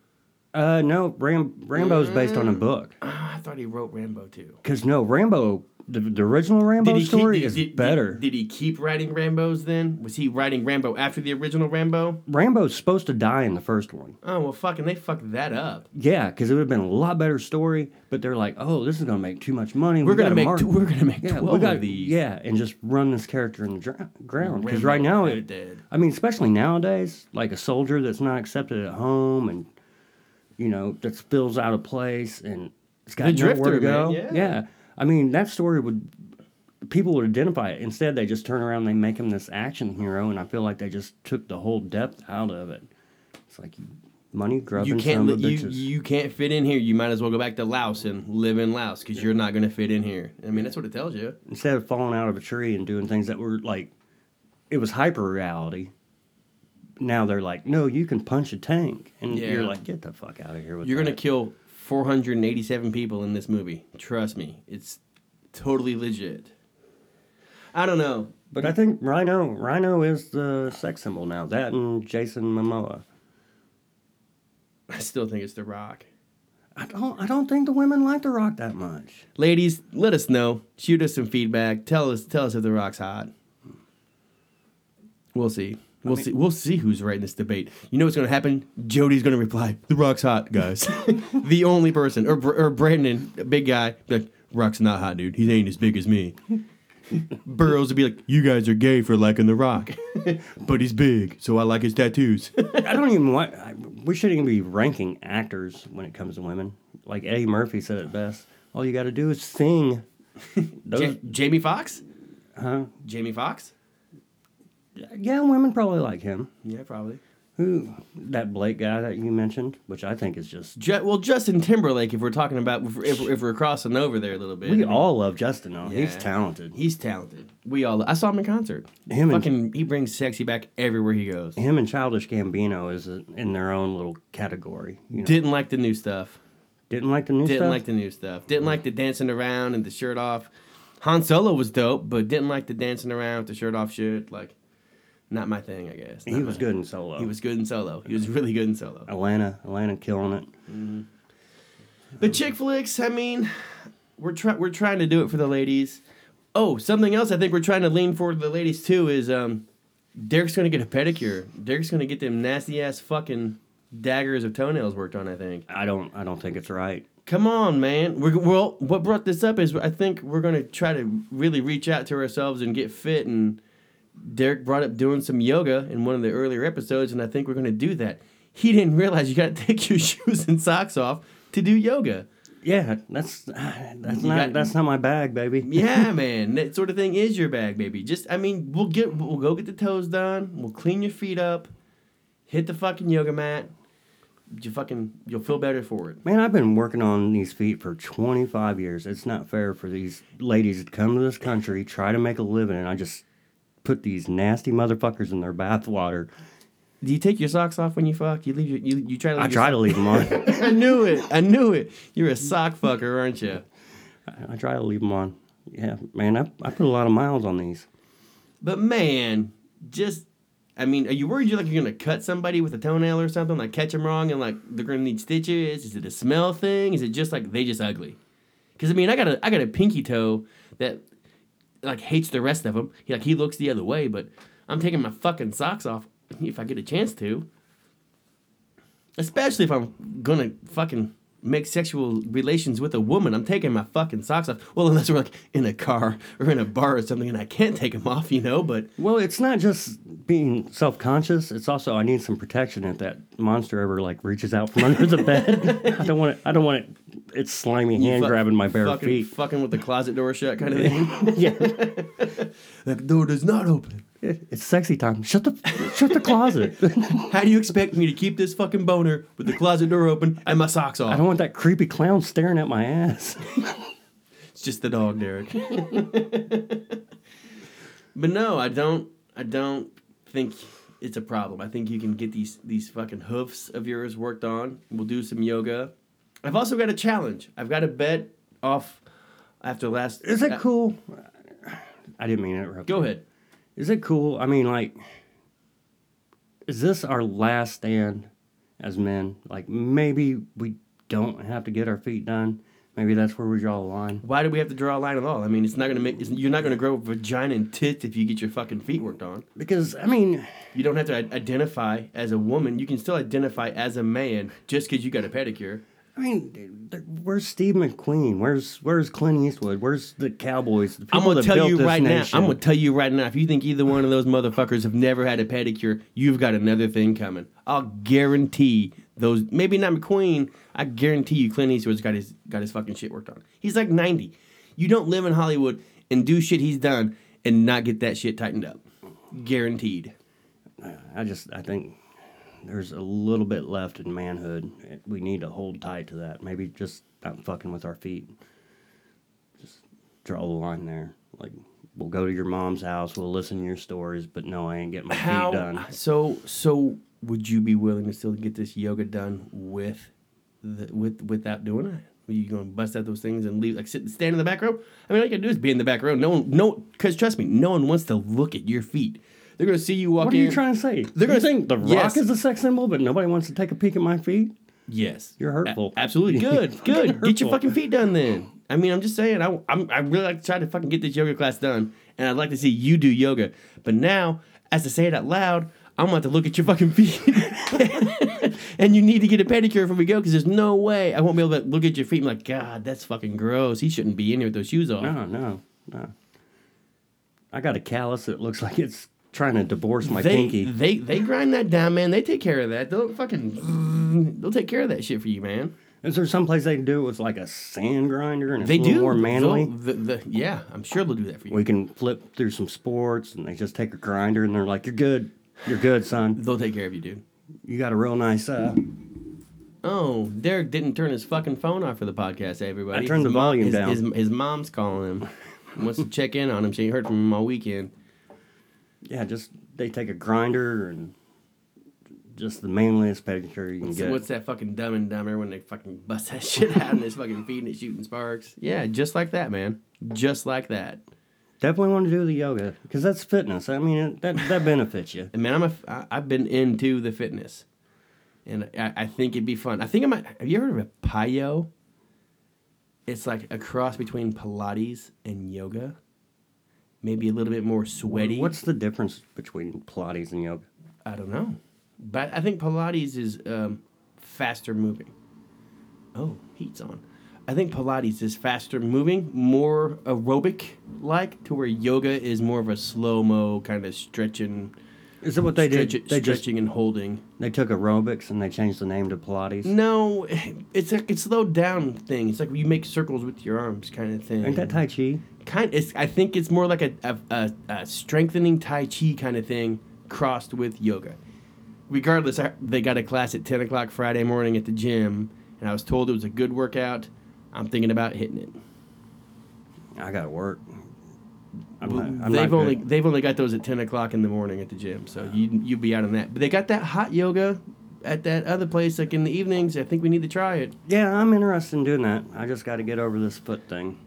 Uh, no, Ram, Rambo's based on a book.
Ah, I thought he wrote Rambo too.
Cause no, Rambo, the, the original Rambo story
did-
is
did- did-
better.
Did, he keep writing Rambo's then? Was he writing Rambo after the original Rambo?
Rambo's supposed to die in the first one.
Oh well, fucking they fucked that up.
Yeah, because it would have been a lot better story. But they're like, oh, this is gonna make too much money.
We're
gotta
gonna make
market-
tw- we're gonna make
Yeah,
twelve
we got
of these.
Yeah, and just run this character in the dr- ground because
Rambo
right now,
had
it,
dead.
I mean, especially nowadays, like a soldier that's not accepted at home and you know that feels out of place and it's got
The
nowhere
Drifter,
to go.
man, yeah.
I mean that story would people would identify it. Instead, they just turn around and they make him this action hero, and I feel like they just took the whole depth out of it. It's like you money grubbing
You can't
son
li-
of a
you,
bitches.
you can't fit in here. You might as well go back to Laos and live in Laos because you're not gonna fit in here. I mean that's what it tells you.
instead of falling out of a tree and doing things that were like it was hyper reality now they're like, no, you can punch a tank, and you're
Yeah.
like, get the fuck out of here with
You're gonna
that."
kill 487 people in this movie. Trust me, it's totally legit. I don't know.
But I think Rhino Rhino is the sex symbol now. That and Jason Momoa.
I still think it's The Rock.
I don't I don't think the women like The Rock that much.
Ladies, let us know. Shoot us some feedback. Tell us tell us if The Rock's hot. We'll see. We'll see. We'll see who's right in this debate. You know what's going to happen? Jody's going to reply, "The Rock's hot, [LAUGHS] guys." the only person, or Br- or Brandon, a big guy, be like, "Rock's not hot, dude. He ain't as big as [LAUGHS] me." Burrows would be like, "You guys are gay for liking The [LAUGHS] Rock, but he's big, so I like his tattoos."
[LAUGHS] I don't even want. I, we shouldn't even be ranking actors when it comes to women. Like Eddie Murphy said it best. All you got to do is [LAUGHS] sing. Those,
Ja- Jamie Fox?
huh?
Jamie Fox?
Yeah, women probably like him.
Yeah, probably.
Who that Blake guy that you mentioned, which I think is just.
Ju- well, Justin Timberlake, if we're talking about, if, if, if we're crossing over there a little bit.
We all love Justin. Though. He's
Yeah.
talented.
He's talented. We all. I saw him in concert.
Him and-
Fucking, he brings sexy back everywhere he goes.
Him and Childish Gambino is in their own little category. You know.
Didn't like the new stuff.
Didn't like the new
Didn't
stuff.
like the new stuff. Didn't like the dancing around and the shirt off. Han Solo was dope, but didn't like the dancing around with the shirt off shit. Like, not my thing, I guess.
he
Not
was
my-
good in solo.
He was good in solo. He was really good in solo.
Atlanta, Atlanta killing it.
The chick flicks, I mean, we're try- we're trying to do it for the ladies. Oh, something else I think we're trying to lean forward to the ladies too is um Derek's gonna get a pedicure. Derek's gonna get them nasty ass fucking daggers of toenails worked on, I think.
I don't I don't think it's right.
Come on, man. We're, well, what brought this up is I think we're gonna try to really reach out to ourselves and get fit. And Derek brought up doing some yoga in one of the earlier episodes, and I think we're gonna do that. He didn't realize you gotta [LAUGHS] take your shoes and socks off to do yoga.
Yeah, that's that's
You
not
got-
that's not my bag, baby.
yeah, man, that sort of thing is your bag, baby. Just, I mean, we'll get, we'll go get the toes done. We'll clean your feet up. Hit the fucking yoga mat. You fucking, you'll feel better for it.
Man, I've been working on these feet for 25 years. It's not fair for these ladies to come to this country, try to make a living, and I just put these nasty motherfuckers in their bathwater.
Do you take your socks off when you fuck? You leave your, you, you try to. Leave
I
your
try to leave them on. [LAUGHS]
[LAUGHS] I knew it. I knew it. You're a sock fucker, aren't you?
I try to leave them on. Yeah, man, I, I put a lot of miles on these.
But man, just. I mean, are you worried you're like you're gonna cut somebody with a toenail or something? Like catch them wrong and like they're gonna need stitches? Is it a smell thing? Is it just like they just ugly? Because I mean, I got a I got a pinky toe that like hates the rest of them. He like he looks the other way, but I'm taking my fucking socks off if I get a chance to. Especially if I'm gonna fucking make sexual relations with a woman, I'm taking my fucking socks off. Well, unless we're like in a car or in a bar or something, and I can't take them off, you know. But
Well, it's not just being self conscious. It's also I need some protection if that monster ever like reaches out from under the
[LAUGHS]
bed. I don't want it. I don't want it. It's slimy hand
fuck-
grabbing my bare
fucking, [LAUGHS]
feet.
fucking with the closet door shut,
[LAUGHS]
kind of thing.
yeah,
that door does not open.
it's sexy time. Shut the shut the closet.
How do you expect me to keep this fucking boner with the closet door open and my socks off?
I don't want that creepy clown staring at my ass.
It's just the dog, Derek. [LAUGHS] but no, I don't. I don't think it's a problem. I think you can get these these fucking hoofs of yours worked on. We'll do some yoga. I've also got a challenge. I've got a bet off after last.
Is it cool? I didn't mean to interrupt.
Go ahead.
Is it cool? I mean, like, is this our last stand as men? Like, maybe we don't have to get our feet done. Maybe that's where we draw the line.
Why do we have to draw a line at all? I mean, it's not gonna make. It's, you're not gonna grow vagina and tits if you get your fucking feet worked on.
Because, I mean,
You don't have to i- identify as a woman. You can still identify as a man just because you got a pedicure.
I mean, th- th- where's Steve McQueen? Where's where's Clint Eastwood? Where's the Cowboys? The people
I'm gonna
that
tell
built
you
this
right
nation.
now. I'm gonna tell you right now. If you think either one of those motherfuckers have never had a pedicure, you've got another thing coming. I'll guarantee those. Maybe not McQueen. I guarantee you, Clint Eastwood's got his got his fucking shit worked on. He's like 90. You don't live in Hollywood and do shit he's done and not get that shit tightened up. Guaranteed.
I just I think there's a little bit left in manhood. We need to hold tight to that. Maybe just not fucking with our feet. Just draw the line there. Like we'll go to your mom's house. We'll listen to your stories. But no, I ain't getting my feet
How
done.
so? So would you be willing to still get this yoga done with, the, with without doing it? Are you going to bust out those things and leave like sit stand in the back row? I mean, all you gotta do is be in the back row. No one, no, because trust me, no one wants to look at your feet. They're gonna see you walk
What
in.
are you trying to say? They're gonna
gonna-
think the
yes.
rock is a sex symbol, but nobody wants to take a peek at my feet.
Yes,
You're hurtful. [LAUGHS]
A- absolutely good,
You're
good. Get your
hurtful.
fucking feet done then. I mean, I'm just saying. I I'm, I really like to try to fucking get this yoga class done, and I'd like to see you do yoga. But now, as I say it out loud, I'm about to look at your fucking [LAUGHS] feet, and you need to get a pedicure before we go because there's no way I won't be able to look at your feet. and be like, God, that's fucking gross. He shouldn't be in here with those shoes on.
No, no, no. I got a callus that looks like it's trying to divorce my
they,
pinky.
they they grind that down, man. They take care of that. They'll fucking they'll take care of that shit for you, man.
Is there someplace they can do it with like a sand grinder and it's
They
a little
do
more manly?
They'll- The, the, yeah, I'm sure they'll do that for you.
We can flip through some sports and they just take a grinder and they're like, You're good. You're good, son.
They'll take care of you, dude.
You got a real nice uh
Oh, Derek didn't turn his fucking phone off for the podcast, eh, everybody.
I turned
His
the
mom-
volume
his-
down.
His, his mom's calling him. Wants to check in on him. She ain't heard from him all weekend.
yeah, just they take a grinder and just the manliest pedicure you can
So
get.
what's that fucking dumb and dumber when they fucking bust that [LAUGHS] shit out and it's fucking feeding it shooting sparks? Yeah, just like that, man. Just like that.
Definitely want to do the yoga because that's fitness. I mean, it, that that benefits you.
And man, I'm a, f- I, I've been into the fitness, and I, I think it'd be fun. I think I might. Have you ever heard of a payo? It's like a cross between Pilates and yoga. Maybe a little bit more sweaty.
What's the difference between Pilates and yoga?
I don't know, but I think Pilates is um, faster moving. Oh, heat's on. I think Pilates is faster moving, more aerobic like, to where yoga is more of a slow mo kind of stretching,
Is it what they
stretch,
did? They just
stretching and holding.
they took aerobics and they changed the name to Pilates.
Mm. No, it's like it's slowed down thing. It's like you make circles with your arms, kind of thing.
Ain't that Tai Chi?
kind? It's, I think it's more like a, a, a, a strengthening Tai Chi kind of thing crossed with yoga. Regardless, I, they got a class at ten o'clock Friday morning at the gym, and I was told it was a good workout. I'm thinking about hitting it.
I gotta work. I'm
Well,
not, I'm
they've
not
only
good.
they've only got those at ten o'clock in the morning at the gym, so you you'd be out on that. But they got that hot yoga at that other place, like in the evenings. I think we need to try it.
Yeah, I'm interested in doing that. I just got to get over this foot thing.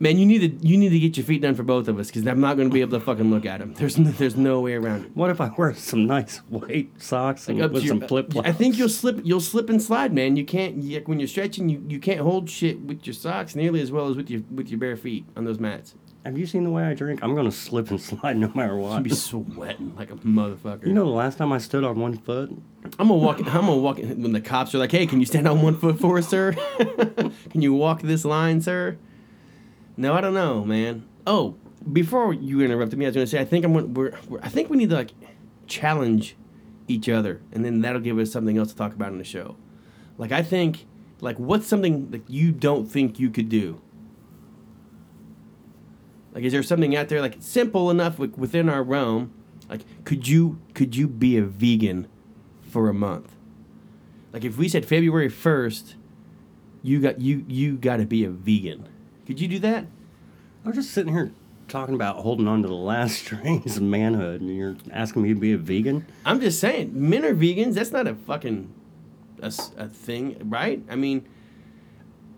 Man, you need to you need to get your feet done for both of us because I'm not going to be able to fucking look at them. There's no, there's no way around it.
What if I wear some nice white socks and
Up to
with
your-
some flip flops?
I think you'll slip you'll slip and slide, man. You can't you, when you're stretching you, you can't hold shit with your socks nearly as well as with your with your bare feet on those mats.
Have you seen the way I drink? I'm gonna slip and [LAUGHS] slide no matter
You'd
what.
be sweating like a
[LAUGHS]
motherfucker.
You know, the last time I stood on one foot,
I'm gonna walk. I'm gonna walk when the cops are like, "Hey, can you stand on one foot for us, sir? [LAUGHS] can you walk this line, sir?" No, I don't know, man. Oh, before you interrupted me, I was gonna say I think I'm. gonna- We're, we're, I think we need to like challenge each other, and then that'll give us something else to talk about in the show. Like I think, like what's something that you don't think you could do? Like, is there something out there like simple enough wi- within our realm? Like, could you could you be a vegan for a month? Like, if we said February first, you got you you got to be a vegan. Could you do that?
I was just sitting here talking about holding on to the last [LAUGHS] strings of manhood, and you're asking me to be a vegan.
I'm just saying, men are vegans. That's not a fucking a, s- a thing, right? I mean,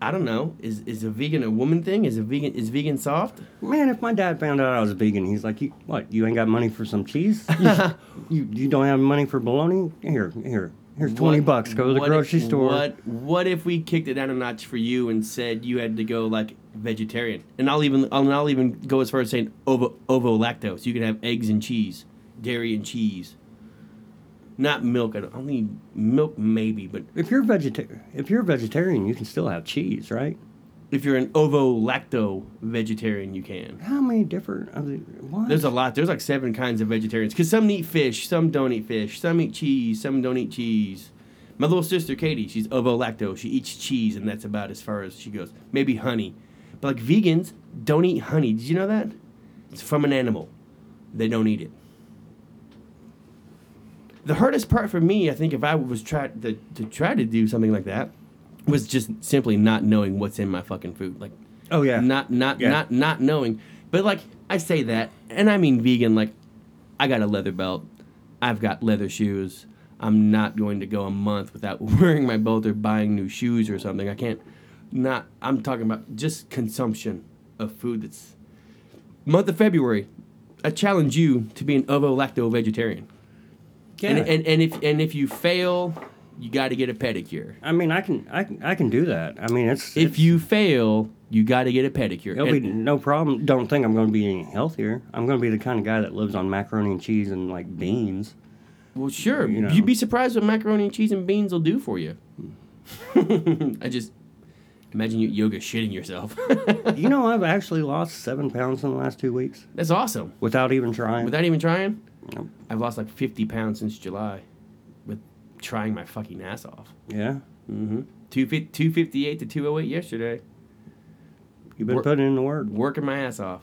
I don't know. Is is a vegan a woman thing? Is a vegan is vegan soft?
Man, if my dad found out I was vegan, he's like, "You what? You ain't got money for some
[LAUGHS]
cheese? You, you, you don't have money for bologna? Here, here, here's twenty
What-
bucks. Go to the
what if-
grocery store."
What what if we kicked it down a notch for you and said you had to go like vegetarian? And I'll even I'll, and I'll even go as far as saying ovo ovo lactose. You can have eggs and cheese, dairy and cheese. Not milk. I don't, I need milk maybe, but
If you're vegetarian, if you're a vegetarian, you can still have cheese, right?
if you're an ovo lacto vegetarian, you can.
How many different? I mean, what?
There's a lot. There's like seven kinds of vegetarians. Cause some eat fish, some don't eat fish, some eat cheese, some don't eat cheese. My little sister Katie, she's ovo-lacto. She eats cheese, and that's about as far as she goes. Maybe honey, but like vegans don't eat honey. Did you know that? It's from an animal. They don't eat it. The hardest part for me, I think, if I was try to, to try to do something like that, was just simply not knowing what's in my fucking food. Like
oh yeah,
not not
Yeah.
not not knowing But like I say that, and I mean vegan. Like I got a leather belt. I've got leather shoes. I'm not going to go a month without [LAUGHS] wearing my belt or buying new shoes or something. I can't. Not. I'm talking about just consumption of food. That's month of February. I challenge you to be an ovo lacto vegetarian. And, and and if and if you fail, you got to get a pedicure.
I mean, I can, I can, I can do that. I mean, it's
If you fail, you got to get a pedicure.
It'll
And-
be no problem. Don't think I'm going to be any healthier. I'm going to be the kind of guy that lives on macaroni and cheese and like
[LAUGHS]
beans.
Well, sure.
You know.
You'd be surprised what macaroni and cheese and beans will do for you. [LAUGHS] I just imagine you at yoga shitting yourself. [LAUGHS]
you know, I've actually lost seven pounds in the last two weeks
That's awesome.
without even trying.
Without even trying,
Nope.
I've lost like 50 pounds since July with trying my fucking ass off.
yeah,
Mm-hmm. 258 to 208 yesterday,
you've been
Wor-
putting in the work.
working my ass off.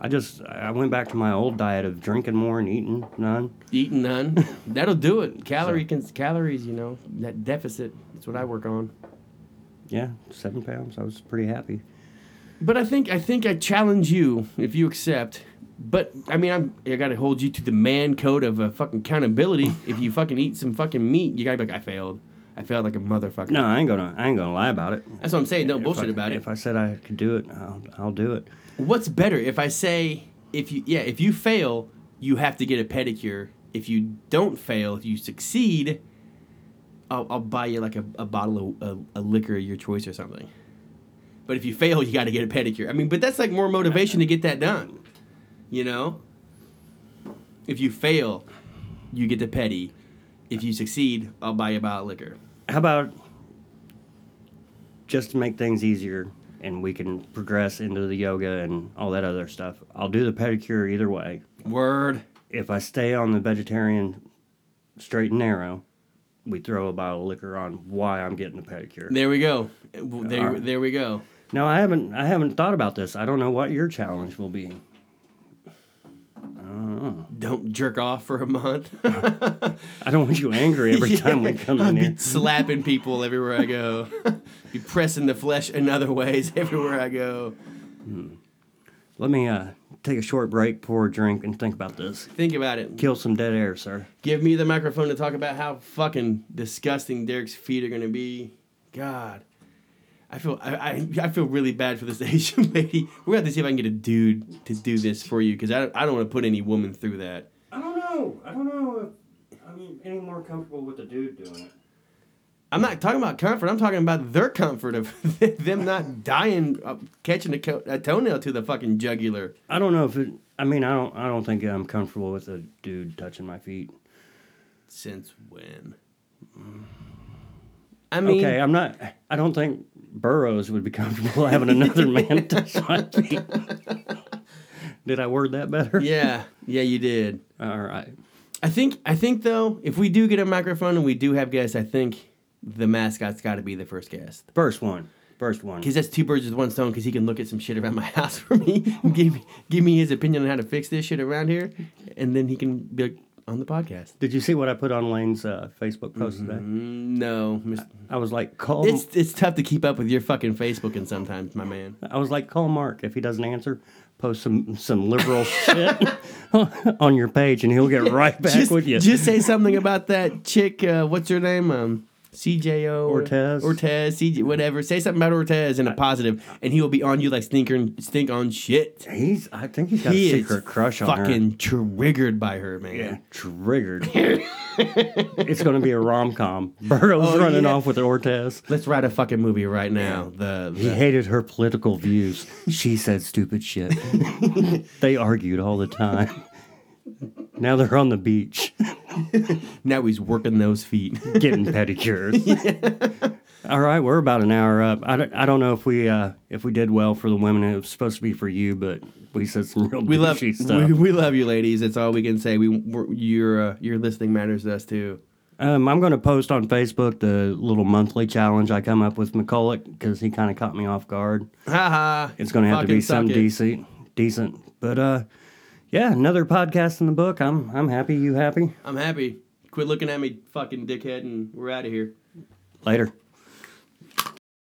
I just, I went back to my old diet of drinking more and eating none.
Eating
[LAUGHS]
none. That'll do it. Calorie cons- calories, you know, that deficit. That's what I work on.
Yeah, seven pounds. I was pretty happy.
But I think I think I challenge you if you accept. But I mean, I'm I gotta hold you to the man code of uh, fucking accountability. if you fucking eat some fucking meat, you gotta be like, I failed. I failed like a motherfucker.
No, I ain't gonna, I ain't gonna lie about it.
That's what I'm saying. Don't
If
bullshit
I-
about it.
If I said I could do it, I'll, I'll do it.
What's better if I say if you yeah if you fail, you have to get a pedicure. If you don't fail, if you succeed, I'll, I'll buy you like a, a bottle of a, a liquor of your choice or something. But if you fail, you got to get a pedicure. I mean, but that's like more motivation to get that done. You know, if you fail, you get the petty. If you succeed, I'll buy you a bottle of liquor.
How about just to make things easier and we can progress into the yoga and all that other stuff? I'll do the pedicure either way.
Word.
If I stay on the vegetarian straight and narrow, we throw a bottle of liquor on why I'm getting the pedicure.
There we go. There,
Alright.
there we go.
Now I haven't I haven't thought about this. I don't know what your challenge will be.
Don't jerk off for a month.
I don't want you angry
[LAUGHS]
every time we come
I'd
in
be
here.
slapping people everywhere I go. be pressing the flesh in other ways [LAUGHS] everywhere I go.
Let me uh, take a short break, pour a drink, and think about this.
Think about it.
Kill some dead air, sir.
Give me the microphone to talk about how fucking disgusting Derek's feet are gonna be. God, I feel I, I, I feel really bad for this [LAUGHS] Asian lady. We're gonna have to see if I can get a dude to do this for you because I don't, I don't want to put any woman through that.
I don't know. I don't know if I'm any more comfortable with the dude doing it.
I'm not talking about comfort. I'm talking about their comfort of [LAUGHS] them not dying, uh, catching a, co- a toenail to the fucking jugular.
I don't know if it. I mean, I don't. I don't think I'm comfortable with a dude touching my feet.
Since when? I mean,
okay, I'm not. I don't think Burroughs would be comfortable [LAUGHS] having another
[LAUGHS]
man touch my feet. Did I word that better?
yeah, yeah, you did.
All right.
I think, I think though, if we do get a microphone and we do have guests, I think the mascot's got to be the first guest
First one. First one.
because that's two birds with one stone. Because he can look at some shit around my [LAUGHS] house for me, and give me, give me his opinion on how to fix this shit around here, and then he can be like, on the podcast.
Did you see what I put on Lane's uh, Facebook post today?
Mm, No, mis-
I was like, call.
it's it's tough to keep up with your fucking Facebook and sometimes, my man.
I was like, call Mark if he doesn't answer. Post some some liberal shit [LAUGHS] on your page, and he'll [LAUGHS] get right back
just,
with you.
just say something about that chick. Uh, what's her name? Um, CJO or-
Ortez.
Ortez, CJ, whatever. Say something about Ortez in a positive, and he will be on you like stinker and stink on shit.
He's. I think he's got
he
a secret
is
crush on her.
fucking triggered by her, man.
Yeah, [LAUGHS] triggered. it's going to be a rom com. Burroughs
Oh,
running
yeah.
off with Ortez.
Let's write a fucking movie right now. The,
He
the
hated her political views. She said stupid [LAUGHS] shit. they argued all the [LAUGHS] time. Now they're on the beach
now he's working those feet. [LAUGHS]
getting pedicures. All right, we're about an hour up. I don't, I don't know if we uh, if we did well for the women. It was supposed to be for you, but we said some real
We love
douchey stuff.
we, we love you, ladies. That's all we can say. We we're, your uh, your listening matters to us too.
Um, I'm going to post on Facebook the little monthly challenge I come up with McCulloch because he kind of caught me off guard.
Ha ha.
It's going to have to
Fucking
be
suck
some
it.
decent, decent. But uh, yeah, another podcast in the book. I'm I'm happy. You happy?
I'm happy. Quit looking at me, fucking dickhead, and we're out of here.
Later.